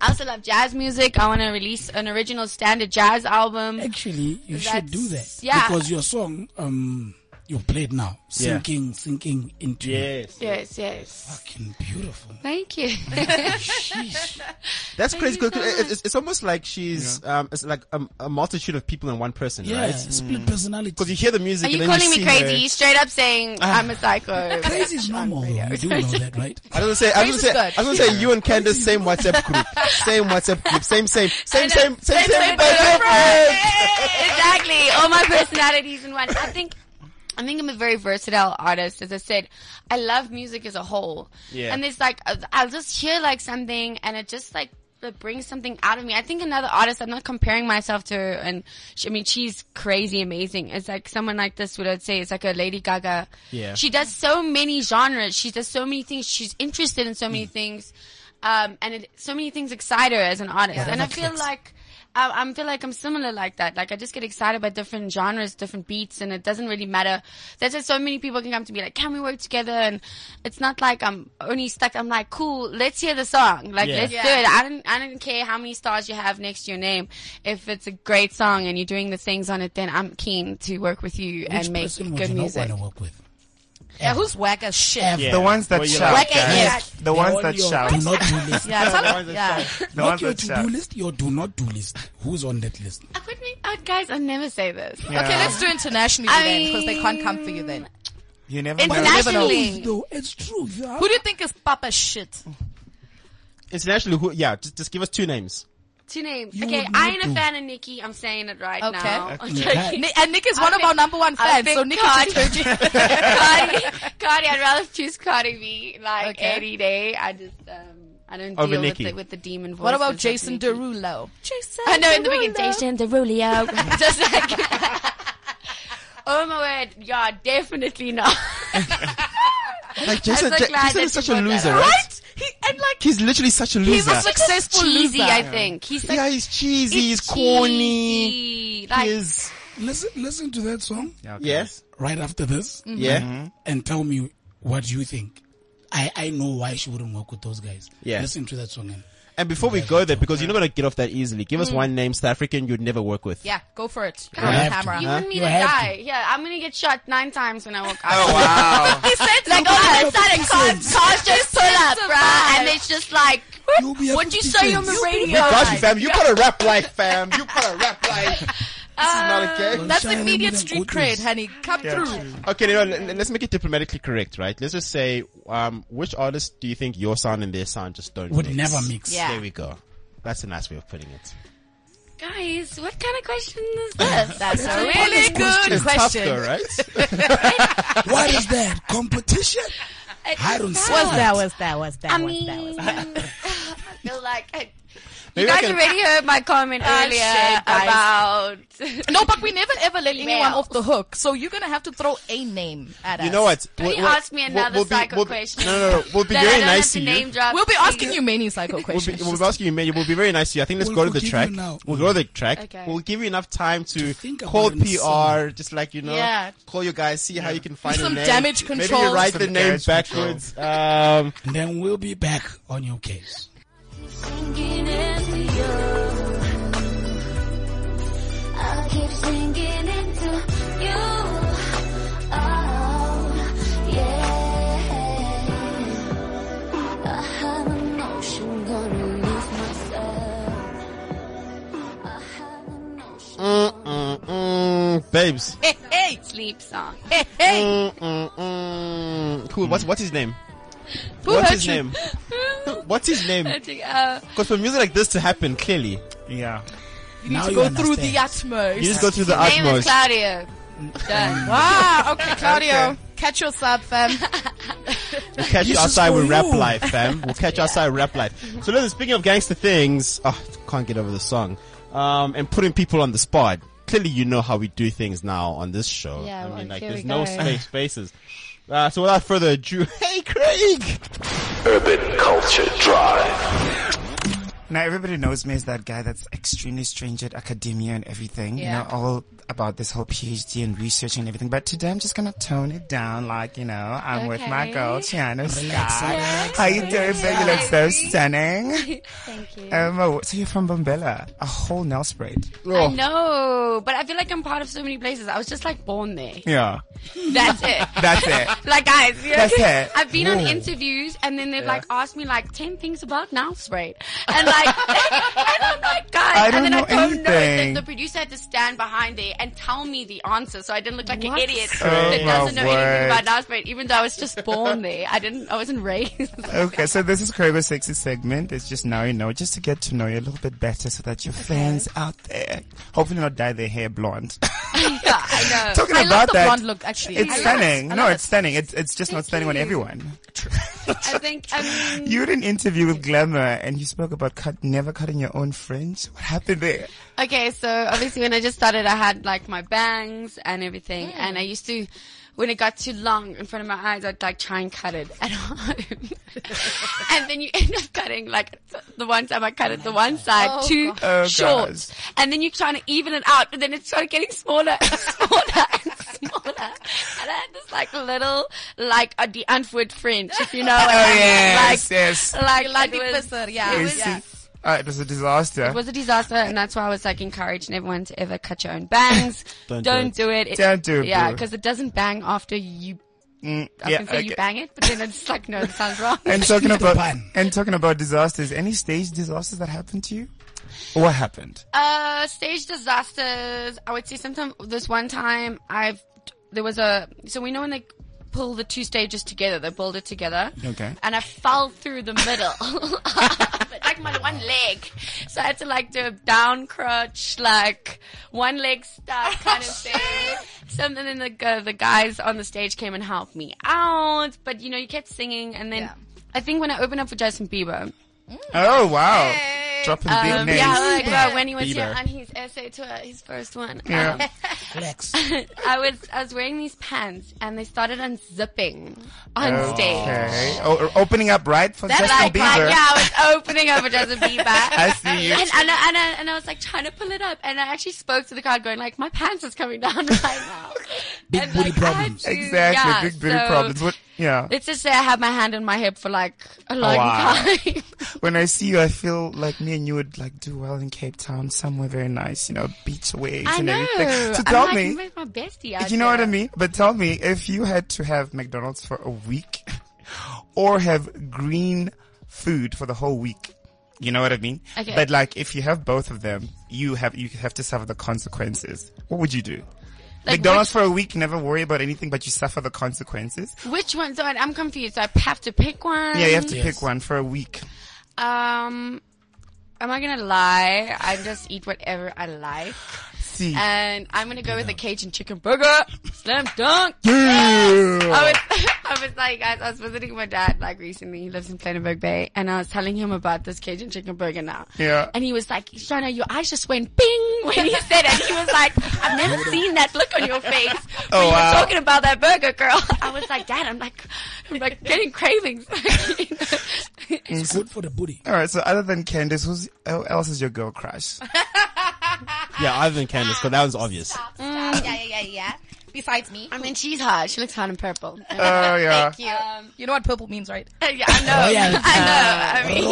S9: I also love jazz music. I want to release an original standard jazz album.
S7: Actually, you should
S9: That's-
S7: do that
S9: yeah.
S7: because your song, um, you played now,
S3: Yeah.
S7: sinking, sinking into.
S3: Yes.
S9: Yes, yes.
S7: Fucking beautiful.
S9: Thank you.
S7: Sheesh.
S3: That's crazy.
S9: you
S3: 'cause
S9: so
S3: it- it's, it's almost like she's, um, it's like a, a multitude of people in one person,
S7: Yeah,
S3: right?
S5: Mm.
S7: split personality.
S3: Cause you hear the
S9: Are
S3: music
S9: you
S3: and then
S9: calling
S3: you
S9: me
S3: see her. Ah.
S9: crazy? Straight up saying I'm a psycho.
S7: Crazy is normal. though. You do know that, right?
S3: I was gonna say, I was
S4: Crazy
S3: gonna
S4: is
S3: say, I was gonna say, you and Candace, same WhatsApp group, same WhatsApp group, same, same, same, same, same,
S9: Same,
S3: same,
S9: same,
S3: but
S9: but
S3: different.
S9: exactly. All my personalities in one. I think. I think I'm a very versatile artist. As I said, I love music as a whole.
S3: Yeah.
S9: And it's like, uh, I'll just hear like something and it just like, it brings something out of me. I think another artist, I'm not comparing myself to her and she, I mean, she's crazy amazing. It's like someone like this would I'd say, it's like a Lady Gaga.
S3: Yeah.
S9: She does so many genres. She does so many things. She's interested in so
S3: Mm.
S9: many things. Um, and it, so many things excite her as an artist. and I feel like, I, I feel like I'm similar like that. Like I just get excited by different genres, different beats, and it doesn't really matter. That's why so many people can come to me like, "Can we work together?" And it's not like I'm only stuck. I'm like, "Cool, let's hear the song. Like,
S3: Yeah.
S9: let's
S4: Yeah.
S9: do it." I don't, I don't care how many stars you have next to your name. If it's a great song and you're doing the things on it, then I'm keen to work with you
S7: Which
S9: and make
S7: person would
S9: good
S7: you
S9: music.
S7: not want to work with?
S4: Yeah, who's whack as shit?
S7: Ever.
S5: The ones that
S3: Well, you
S5: shout.
S3: like
S5: guys.
S4: that.
S5: The ones that
S7: your
S5: shout.
S7: do not do list.
S4: Yeah, tell him. Yeah.
S5: The
S7: Not
S5: ones
S7: your
S5: that
S7: to do
S5: shout.
S7: list, your do not do list. Who's on that list?
S9: I could make out, guys. I never say this.
S4: Okay, let's do internationally
S9: I
S4: then, because they can't come for you then.
S5: You never know.
S9: Internationally,
S7: Though it's true. You are-
S4: Who do you think is Papa shit?
S3: Internationally, who, yeah, just, just give us two names.
S9: two names.
S7: You
S9: okay,
S7: would
S9: I
S7: not
S9: ain't
S7: do.
S9: a fan of Nikki. I'm saying it right
S4: Okay.
S9: now. I'm
S7: Okay.
S9: joking.
S4: Ni- And Nick is one of
S9: think-
S4: our number one
S9: I
S4: fans,
S9: think
S4: so Nick
S9: Cardi,
S4: is just
S9: Cardi, Cardi, I'd rather choose Cardi B like
S4: Okay.
S9: any day. I just, um, I don't
S3: Over
S9: deal
S3: Nicki.
S9: with the, with the demon voice.
S4: What about Jason Derulo? Jason.
S9: I know in the
S4: Derulo.
S9: beginning, Jason Derulo. just like, oh my word, yeah, definitely not.
S3: Like Jason,
S9: so
S3: Ja-
S9: glad
S3: Jason
S9: that
S3: is such
S9: you
S3: a
S9: brought that
S3: loser,
S9: up.
S3: right?
S4: Right? He, and like
S3: He's literally such a
S4: He was
S3: loser.
S4: like- Successful
S9: cheesy,
S4: loser.
S9: I think. He's like,
S3: yeah, he's cheesy, he's
S9: cheesy.
S3: corny,
S9: Like,
S3: he's,
S7: Listen, listen to that song
S3: yes,
S7: right after this,
S3: yeah,
S7: and tell me what you think. I, I know why she wouldn't work with those guys.
S3: Yeah.
S7: Listen to that song. And
S3: And before we go there, because you're not gonna get off that easily, give us
S9: Mm.
S3: one name South African you'd never work with.
S4: yeah, go for it. Go
S7: You
S4: on
S7: have to.
S4: camera.
S9: you want me
S7: You
S9: to
S7: have
S9: die? Yeah, I'm gonna get shot nine times when I
S3: Oh,
S9: walk out.
S5: wow.
S4: He said
S9: Like
S4: like
S9: all
S4: oh,
S9: of a sudden, cars, cars just pull up, bruh, and it's just like,
S7: You'll be a
S9: what you
S7: 50
S9: say on
S7: cents.
S9: the radio?
S3: Gosh, fam, you gotta rap like fam. You gotta rap like. This is not
S9: Um,
S3: okay.
S4: that's
S7: Shine
S4: immediate
S7: with them
S4: street
S7: goodness.
S4: cred, honey. Come through.
S3: Okay, no, no, let- let's make it diplomatically correct, right? Let's just say, um, which artists do you think your sound and their sound just don't
S7: Would
S3: mix?
S7: never mix.
S4: Yeah.
S3: There we go. That's a nice way of putting it.
S9: Guys, what kind of question is this?
S4: That's a really good
S3: It's tough
S4: question.
S3: though, right?
S7: What is that? Competition? I don't see
S9: What's
S7: that.
S10: was that? Was that?
S9: I mean, I feel like I, you
S3: Maybe I
S9: guys
S3: can-
S9: already heard my comment earlier
S4: Oh, shit, guys.
S9: about.
S4: No, but we never ever let anyone
S9: Males.
S4: off the hook. So you're gonna have to throw a name at us.
S3: You know what?
S9: Don't you ask me another psycho question.
S3: No, no, no. We'll be
S9: that I
S3: very
S9: don't
S3: nice
S9: have
S3: to
S9: to
S3: you.
S9: name drop
S4: We'll be asking
S9: these-
S4: you many psycho
S3: We'll be,
S4: questions.
S3: we'll be asking you, man. We'll be very nice to you. I think let's
S7: We'll-
S3: go
S7: we'll
S3: to the
S7: give
S3: track.
S7: you now.
S3: We'll go to the track.
S9: Okay.
S3: We'll give you enough time to,
S7: think about
S3: call
S7: it and
S3: PR, just like you know,
S9: Yeah.
S3: call your guys, see how you can find
S4: Some
S3: a name.
S4: damage
S3: Maybe you
S4: control.
S3: write the
S5: Some
S3: name
S5: damage control.
S3: backwards. Um,
S7: And then we'll be back on your case.
S3: mm, mm, mm, babes.
S9: Hey, hey, sleep song.
S4: hey, hey,
S9: Eh.
S3: Mm, mm, mm. Cool. What's what's his name?
S4: who
S3: what's
S4: hurt
S3: his
S4: you?
S3: name? What's his name?
S9: I think, uh,
S3: Because for music like this to happen, clearly
S5: Yeah.
S4: You need
S7: Now
S4: to
S7: you
S4: go through
S7: understand.
S4: the utmost.
S3: You just go through the
S9: His name
S3: utmost.
S9: is Claudio. Done.
S4: Wow. Okay, Claudio.
S5: Okay.
S4: Catch yourself, um, fam.
S3: We'll catch you
S7: This is
S3: outside
S7: for
S3: with rap
S7: you.
S3: life, fam. We'll catch you outside with rap life. So listen, speaking of gangster things, oh, can't get over the song. Um, and putting people on the spot. Clearly, you know how we do things now on this show.
S9: Yeah,
S3: I mean,
S9: well,
S3: like,
S9: here we
S3: there's no
S9: go.
S3: safe spaces. Uh, so without further ado, hey Craig!
S6: Urban Culture Drive.
S5: Now everybody knows me as that guy that's extremely strange at academia and everything.
S4: Yeah.
S5: You know, all about this whole PhD and research and everything. But today I'm just gonna tone it down, like you know, I'm with my
S9: Okay.
S5: girl Tiana Scott.
S9: Relax.
S5: How you doing, babe? You look so stunning.
S9: Thank you.
S5: Um, oh, so you're from Bombella, a whole nail sprayed.
S9: I know, but I feel like I'm part of so many places. I was just like born there.
S5: Yeah,
S9: That's it.
S5: that's it.
S9: Like guys, you know,
S5: That's it.
S9: I've been on interviews and then they've like asked me like ten things about nail spray, and like, and I'm like, guys,
S5: I
S9: and then
S5: don't
S9: I
S5: know
S9: don't know.
S5: anything.
S9: The, the producer had to stand behind there and tell me the answer, so I didn't look like an idiot that
S5: Oh, my
S9: doesn't know anything
S5: word.
S9: about nail spray, even though I was just born there. I didn't, I wasn't raised.
S5: Okay, so this is Kroger's sexy segment. It's just now you know, just to get to know you a little bit better, so that your fans out there hopefully not dye their hair blonde.
S9: yeah, I know.
S5: Talking
S4: I love
S5: about
S4: the
S5: that,
S4: blonde look, actually. I
S5: it's
S4: love
S5: stunning.
S4: it. I
S5: No,
S4: love
S5: it's stunning. It's it's just not
S9: Thank
S5: stunning on
S9: you.
S5: everyone.
S9: I think um, I mean,
S5: You had an interview with Glamour, and you spoke about cut, never cutting your own fringe. What happened there?
S9: Okay, so obviously when I just started, I had like my bangs and everything,
S4: Mm.
S9: and I used to, when it got too long in front of my eyes, I'd like try and cut it at home, and then you end up cutting like the one time I cut it the one side
S4: Oh,
S9: too
S5: Oh,
S9: short,
S5: gosh.
S9: and then you're trying to even it out, and then it started getting smaller, and smaller, and smaller, and I had this like little like a the Antwoord fringe, if you know, what I mean.
S5: Oh, yes,
S9: like
S5: yes.
S9: like
S4: Like
S9: it
S4: the
S9: was-
S4: pisser, yeah.
S9: it
S4: Yes,
S9: was-
S4: yes.
S5: Uh, it was a disaster.
S9: it was a disaster, and that's why I was like encouraging everyone to ever cut your own bangs.
S3: Don't
S9: Don't,
S3: do it.
S9: do it. It-
S5: Don't do it,
S9: Yeah,
S5: boo.
S9: because it doesn't bang after you.
S5: Mm,
S9: I
S5: yeah,
S9: can say you
S5: okay.
S9: bang it, but then it's like no, that sounds wrong.
S5: And talking
S7: Little
S5: about
S7: pun.
S5: and talking about disasters, any stage disasters that happened to you? What happened?
S9: Uh, stage disasters. I would say sometimes this one time I've there was a so we know when they pull the two stages together, they build it together.
S5: Okay.
S9: And I fell through the middle, but like my one leg, so I had to like do a down crutch, like one leg stuck kind of thing. Something then the gu- the guys on the stage came and helped me out, but you know you kept singing, and then
S4: Yeah.
S9: I think when I opened up for Justin Bieber.
S5: Oh wow! Dropping big
S9: Um,
S5: names.
S9: yeah, like uh, when he was
S3: Bieber.
S9: here on his essay tour, his first one.
S5: Yeah.
S9: um,
S7: Relax.
S9: I was I was wearing these pants and they started unzipping on stage.
S5: Okay. Oh, or opening up right for
S9: Then
S5: Justin
S9: like,
S5: Bieber.
S9: like yeah, I was opening up a Justin Bieber.
S5: I see you.
S9: And, and, I, and, I, and I was like trying to pull it up, and I actually spoke to the crowd, going like, "My pants is coming down right now."
S7: Big
S9: And,
S7: booty
S9: like, I had
S7: problems.
S9: to-
S5: Exactly.
S9: yeah,
S5: big booty
S9: so
S5: problems. What, yeah.
S9: Let's just say I had my hand on my hip for like a long
S5: Wow.
S9: time.
S5: When I see you, I feel like me and you would like do well in Cape Town, somewhere very nice, you know, beach waves
S9: I
S5: and
S9: know.
S5: everything. So
S9: I'm
S5: tell
S9: like,
S5: me,
S9: where's my bestie out
S5: you know what I
S9: there?
S5: mean? But tell me, if you had to have McDonald's for a week or have green food for the whole week, you know what I mean?
S9: Okay.
S5: But like, if you have both of them, you have, you have to suffer the consequences. What would you do?
S9: Like,
S5: McDonald's for a week, never worry about anything, but you suffer the consequences.
S9: Which one? So I- I'm confused. So I have to pick one.
S5: Yeah, you have to
S7: Yes.
S5: pick one for a week.
S9: Um, am I gonna lie? I just eat whatever I like,
S5: See.
S9: and I'm gonna go with the Cajun chicken burger, slam dunk. I was, I was like, guys, I was visiting my dad like recently. He lives in Plainenburg Bay, and I was telling him about this Cajun chicken burger now.
S5: Yeah.
S9: And he was like, Shana, your eyes just went bing when he said it. He was like, I've never seen that look on your face when
S5: Oh,
S9: you were
S5: wow.
S9: talking about that burger, girl. I was like, Dad, I'm like, I'm like getting cravings.
S7: It's good for the booty.
S5: All right. Mm, So other than Candice, who's who else is your girl crush?
S3: Yeah, other than Candace, because that was obvious.
S4: Stop. Yeah, yeah, yeah, yeah. Besides me.
S9: I mean, she's hot. She looks hot in purple.
S5: Oh yeah.
S9: Thank you. Um,
S4: You know what purple means, right?
S9: yeah, I
S5: Oh,
S9: know.
S7: Royalty.
S9: I know. I mean,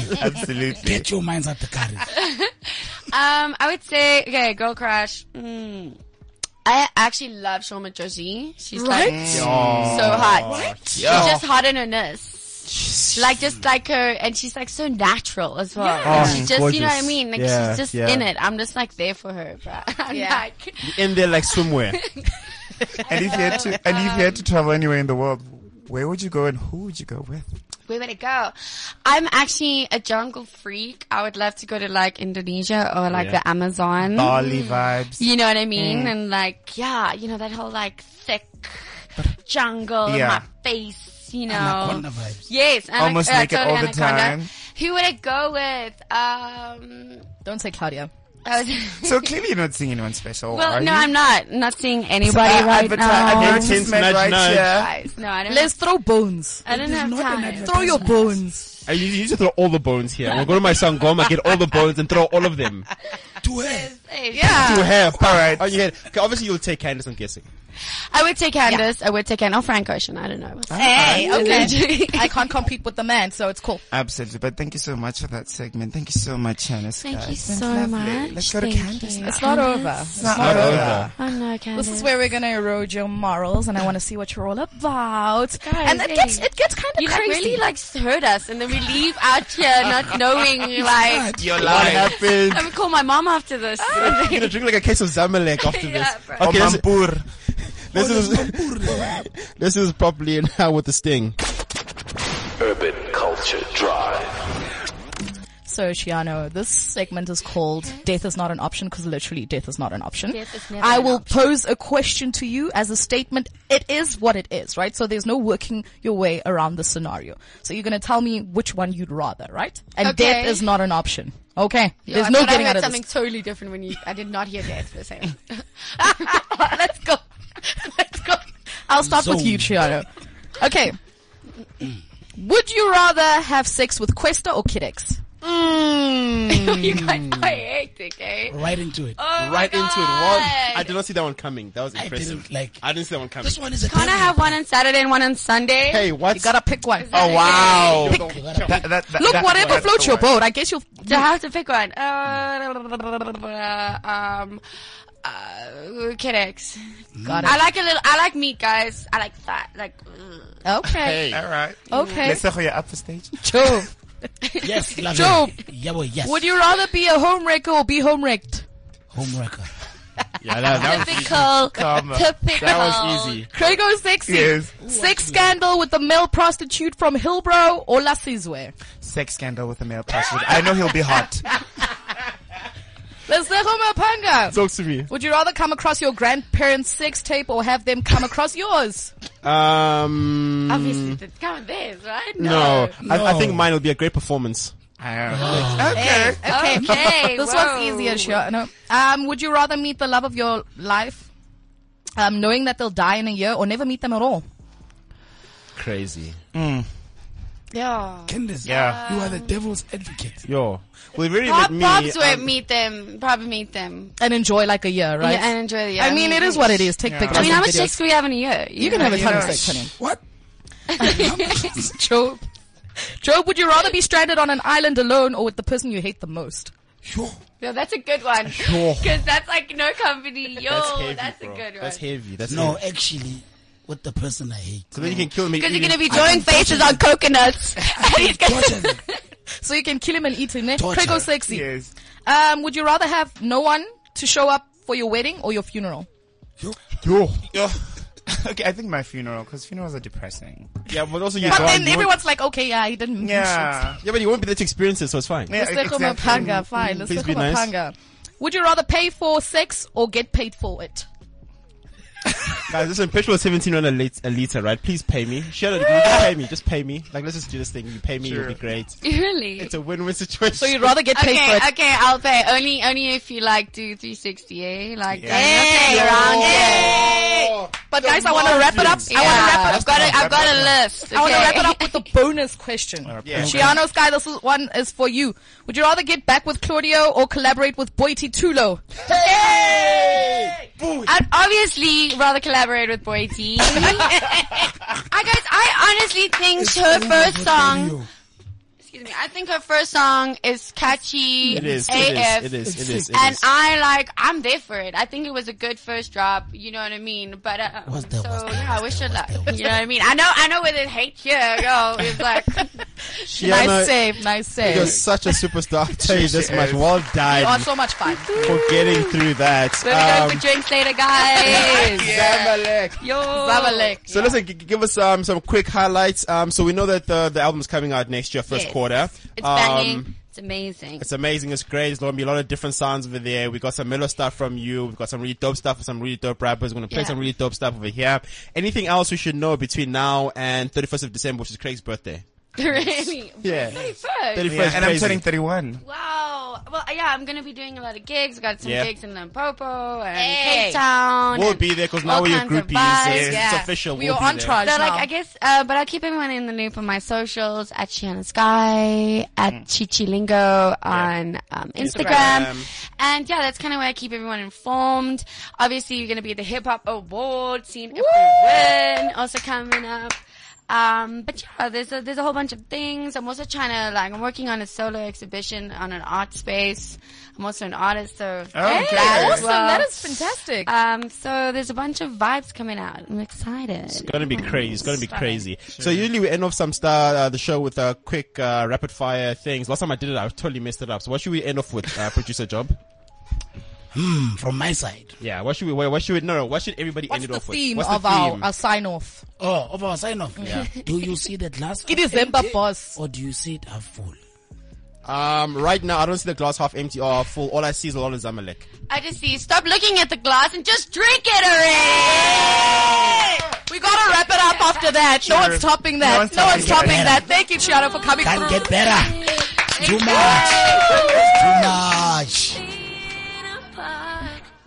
S7: Royalty.
S5: Absolutely.
S7: Get your minds out the carriage.
S9: um, I would say, okay, girl crush. Mm. I actually love Shulma Josie. She's
S4: Right?
S9: like so hot. She's
S5: Yeah.
S9: just hot in her ness. Like just like her, and she's like so natural as well.
S3: Yeah. Oh,
S9: she's
S3: she's
S9: just, you know
S3: gorgeous.
S9: what I mean? Like
S3: Yeah,
S9: she's just
S3: yeah.
S9: in it. I'm just like there for her, bro. I'm
S4: Yeah.
S9: like,
S3: In there like swimwear.
S5: And if you had to, and if you had to travel anywhere in the world, where would you go and who would you go with?
S9: where would I go? I'm actually a jungle freak. I would love to go to like Indonesia or like
S3: Yeah.
S9: the Amazon.
S5: Bali vibes.
S9: You know what I mean? And like, yeah, you know, that whole like thick jungle in
S5: Yeah.
S9: my face, you know.
S7: Anaconda vibes.
S9: Yes, anac-
S5: Almost
S9: uh,
S5: naked
S9: totally
S5: all the
S9: anaconda.
S5: time.
S9: Who would I go with? Um,
S4: Don't say Claudia.
S9: I was-
S5: So clearly you're not seeing anyone special.
S9: well,
S5: are
S9: no,
S5: you?
S9: I'm not. Not seeing anybody
S5: Uh,
S9: right
S5: adverti-
S9: now.
S5: advertisement
S3: Nudge,
S5: right
S3: nudge.
S5: here.
S9: Guys, no, I don't.
S4: Let's throw bones.
S9: I don't
S7: It is
S9: have
S7: not an
S9: time.
S7: advertisement.
S4: Throw your bones.
S3: I used to throw all the bones here. I'll go to my Sangoma, get all the bones and throw all of them
S7: To her.
S9: Hey,
S3: to her. All
S5: right.
S3: On your head. Okay, obviously you'll take Candace, I'm guessing.
S9: I would take Candace. I would take Candace. Or Frank Ocean. I don't know.
S4: Hey, okay.
S9: okay.
S4: I can't compete with the man, so it's cool.
S5: Absolutely. But thank you so much for that segment. Thank you so much, Hannes.
S9: Thank
S5: guys.
S9: you
S5: That's
S9: so
S5: lovely.
S9: much.
S5: Let's go to
S9: Thank
S5: Candace.
S9: you.
S5: It's
S4: It's not over.
S5: not
S3: Not
S5: over.
S3: over.
S9: Oh no, Candace.
S4: This is where we're gonna erode your morals, and I want to see what you're all about. and it
S9: hey.
S4: gets it gets kind of
S9: You like,
S4: crazy.
S9: really like hurt us, and then we leave out here not knowing. Like,
S5: Your
S3: What
S5: life.
S3: happened?
S9: I'm gonna call my mom after this.
S3: I'm gonna drink like a case of Zamalek after
S9: Yeah,
S3: this.
S9: bro.
S3: Okay,
S5: Or
S3: this,
S5: Mampur.
S3: Oh, this is this is probably now with the sting.
S6: Urban Culture Drive.
S4: So, Shiano, this segment is called Death is Not an Option because literally death is not an option.
S9: Mm-hmm. Death is never
S4: I
S9: an
S4: will
S9: option.
S4: pose a question to you as a statement. It is what it is, right? So there's no working your way around the scenario. So you're going to tell me which one you'd rather, right? And
S9: Okay.
S4: death is not an option. Okay.
S9: Yo,
S4: there's
S9: I
S4: no
S9: thought
S4: getting
S9: I
S4: out
S9: heard
S4: of
S9: something
S4: this.
S9: totally different when you. I did not hear that. The same. Let's go. Let's go.
S4: I'll start with you, Shiano. Okay. Would you rather have sex with Questa or Kid X?
S9: you guys
S4: Mm.
S9: are hectic, eh?
S7: Right into it.
S9: Oh my
S3: right into it.
S9: God.
S3: One, I did not see that one coming. That was
S7: I
S3: impressive.
S7: didn't like.
S3: I didn't see that one coming.
S7: This one is a.
S9: Can't I have one on Saturday and one on Sunday?
S3: Hey, what?
S4: You gotta pick one.
S9: that-
S3: oh wow!
S5: That- that- that-
S4: Look,
S5: that-
S4: whatever
S5: that's
S4: floats
S5: the
S4: your
S5: one.
S4: boat. I guess you'll.
S9: Do I have to pick one? Uh, um, uh, Kid X.
S4: Got
S9: I
S4: it.
S9: like a little. I like meat, guys. I like fat. Like. ugh.
S4: Okay.
S5: All right.
S4: Okay.
S5: Let's say you're up for stage.
S4: Joe.
S7: Yes, love
S4: Joe.
S7: it. Yeah, boy, yes.
S4: Would you rather be a home wrecker or be home wrecked?
S7: Home wrecker.
S3: yeah, that, that was
S9: Typical.
S5: Come.
S9: Typical.
S3: that was easy.
S4: Craig O sexy.
S5: Yes.
S4: Sex scandal with the male prostitute from Hillbrow or La Sizwe.
S5: Sex scandal with a male prostitute. I know he'll be hot.
S4: Let's let Homo Panga.
S3: Talk to me.
S4: Would you rather come across your grandparents' sex tape or have them come across yours?
S3: Um,
S9: Obviously, that's kind of this, right?
S3: no, I, I
S7: No.
S3: think mine will be a great performance.
S5: I don't know.
S4: Okay. Okay.
S9: Okay,
S4: this
S9: whoa.
S4: one's easier, sure. No. Um, would you rather meet the love of your life, um, knowing that they'll die in a year, or never meet them at all?
S3: Crazy.
S9: Yeah.
S7: Candace.
S5: Yeah.
S7: You are the devil's advocate.
S3: Yo, well, really with
S9: Bob,
S3: me.
S9: Bob's where
S3: um,
S9: meet them. Probably meet them.
S4: And enjoy like a year, right?
S9: Yeah, and enjoy the.
S4: I mean, it is what it is. Take pictures.
S9: I mean, how
S4: and
S9: much
S4: videos.
S9: sex do we have in a year?
S4: You can have a ton of
S5: Yeah.
S4: sex, honey.
S7: What?
S4: Job. Job, would you rather be stranded on an island alone or with the person you hate the most?
S7: Sure.
S9: No, that's a good one.
S3: Sure.
S9: Because that's like no company. Yo,
S3: that's
S9: that's,
S3: heavy,
S9: a
S3: bro.
S9: good one.
S3: That's heavy. That's
S7: No,
S3: no.
S7: actually, with the person I hate.
S3: So then you can kill me.
S9: Because you're
S3: even-
S9: gonna be drawing faces on coconuts. And he's gonna-
S7: Torture. them.
S4: So you can kill him and eat him, eh?
S7: Torture.
S4: Craig or sexy.
S5: Yes.
S4: Um, would you rather have no one to show up for your wedding or your funeral?
S3: Yo.
S5: Okay, I think my funeral, because funerals are depressing.
S3: Yeah, but also you.
S4: But
S3: can't-
S4: then
S3: you won't-
S4: everyone's like, okay, yeah, he didn't.
S5: Yeah.
S3: Yeah, but you won't be there to experience it, so it's fine.
S5: Yeah,
S4: Let's take him a
S5: exactly.
S4: panga. Fine. Let's
S3: Please
S4: take
S3: be
S4: him a
S3: nice.
S4: panga. Would you rather pay for sex or get paid for it?
S3: Guys, listen, petrol is 17 on a, lit- a liter, right? Please pay me. Share it. Just pay me. Just pay me. Like, let's just do this thing. You pay me,
S5: Sure.
S3: you'll be great.
S9: really?
S3: It's a win-win situation.
S4: So you'd rather get paid
S9: Okay,
S4: for it.
S9: okay, I'll pay. Only, only if you like do 360, eh? Like,
S5: Yeah.
S9: hey,
S4: Yeah.
S9: around
S4: Yeah. But guys, I want to wrap it up.
S9: Yeah.
S4: I want to wrap it up.
S9: I've got a, I've got a list.
S4: I want to
S9: okay?
S4: wrap it up with a bonus question.
S3: Yeah.
S4: Shiano Sky, this is one is for you. Would you rather get back with Claudio or collaborate with Boiti Tulo?
S9: I'd obviously rather collaborate with Boy T. I guys, I honestly think her
S7: Over
S9: first
S7: the
S9: song.
S7: radio.
S9: Excuse me. I think her first song is catchy
S3: It is, it
S9: AF.
S3: is, it is, it is, it
S9: and
S3: is.
S9: I like, I'm there for it. I think it was a good first drop. You know what I mean? But uh,
S7: Was there,
S9: so
S7: was there,
S9: yeah,
S7: was
S9: I wish
S7: there,
S9: her
S7: was
S9: luck.
S7: there, was
S9: You know what I mean? I know, I know where there's hate here. Yo, it's like
S3: Shiana,
S4: nice save, nice
S3: You're
S4: save.
S3: such a superstar. I'll tell you this much. Well
S4: You are
S3: done
S4: so much fun.
S3: for getting through that.
S9: we're
S3: Um,
S9: going for drinks later, guys.
S3: Zamalek.
S9: Yo,
S4: Zamalek.
S3: So listen, g- g- give us um, some quick highlights. Um, so we know that the, the album's coming out next year, first
S9: Yes.
S3: quarter.
S9: It's
S3: Um,
S9: banging. It's amazing.
S3: It's amazing. It's great. There's going to be a lot of different sounds over there. We got some mellow stuff from you. We've got some really dope stuff from some really dope rappers. We're going to play
S9: Yeah.
S3: some really dope stuff over here. Anything else we should know between now and 31st of December, which is Craig's birthday?
S9: really.
S3: Yeah.
S9: 31st.
S3: 31st.
S5: Yeah, and I'm
S3: crazy.
S5: turning 31.
S9: Wow. Well, yeah, I'm gonna be doing a lot of gigs. Got some
S3: Yeah.
S9: gigs in Limpopo and
S4: Hey.
S9: Cape Town.
S3: We'll
S9: and
S3: be there because now
S9: all
S3: we're your
S9: kinds of
S3: groupies.
S9: vibes,
S3: It's,
S9: yeah.
S3: it's official.
S4: We
S3: we'll
S4: are
S3: be there.
S4: entourage
S9: So like
S4: now.
S9: I guess, uh, but I'll keep everyone in the loop on my socials at Shiana Sky, at
S4: Mm.
S9: Chichilingo on um, Instagram.
S3: Instagram.
S9: and yeah, that's kind of where I keep everyone informed. Obviously, you're gonna be at the Hip Hop Award, seeing if we win, also coming up. Um, but yeah, there's a, there's a whole bunch of things. I'm also trying to like I'm working on a solo exhibition on an art space. I'm also an artist, so
S5: Okay.
S9: that
S5: Hey,
S9: as
S4: Awesome.
S9: well.
S4: That is fantastic.
S9: Um, so there's a bunch of vibes coming out. I'm excited.
S3: It's gonna be crazy. It's gonna be crazy. So usually we end off some star uh, the show with uh, quick uh, rapid fire things. Last time I did it, I totally messed it up. So what should we end off with, uh, producer job?
S7: Hmm, from my side.
S3: Yeah. What should we? What, what should we? No, no. What should everybody
S4: What's
S3: end it
S4: the
S3: off
S4: theme
S3: with?
S4: of our, our sign off?
S7: Oh, of our sign off. Do you see that glass?
S4: It is
S7: half empty,
S4: Zemba Boss.
S7: Or do you see it half full?
S3: Um, right now I don't see the glass half empty or full. All I see is a lot of Zamalek.
S9: I just see. Stop looking at the glass and just drink it already.
S4: We gotta wrap it up after that. No one's topping that. No one's, topping that. Thank you, Chiara, for coming
S7: Can't
S4: through.
S7: get better. Too much. Too much.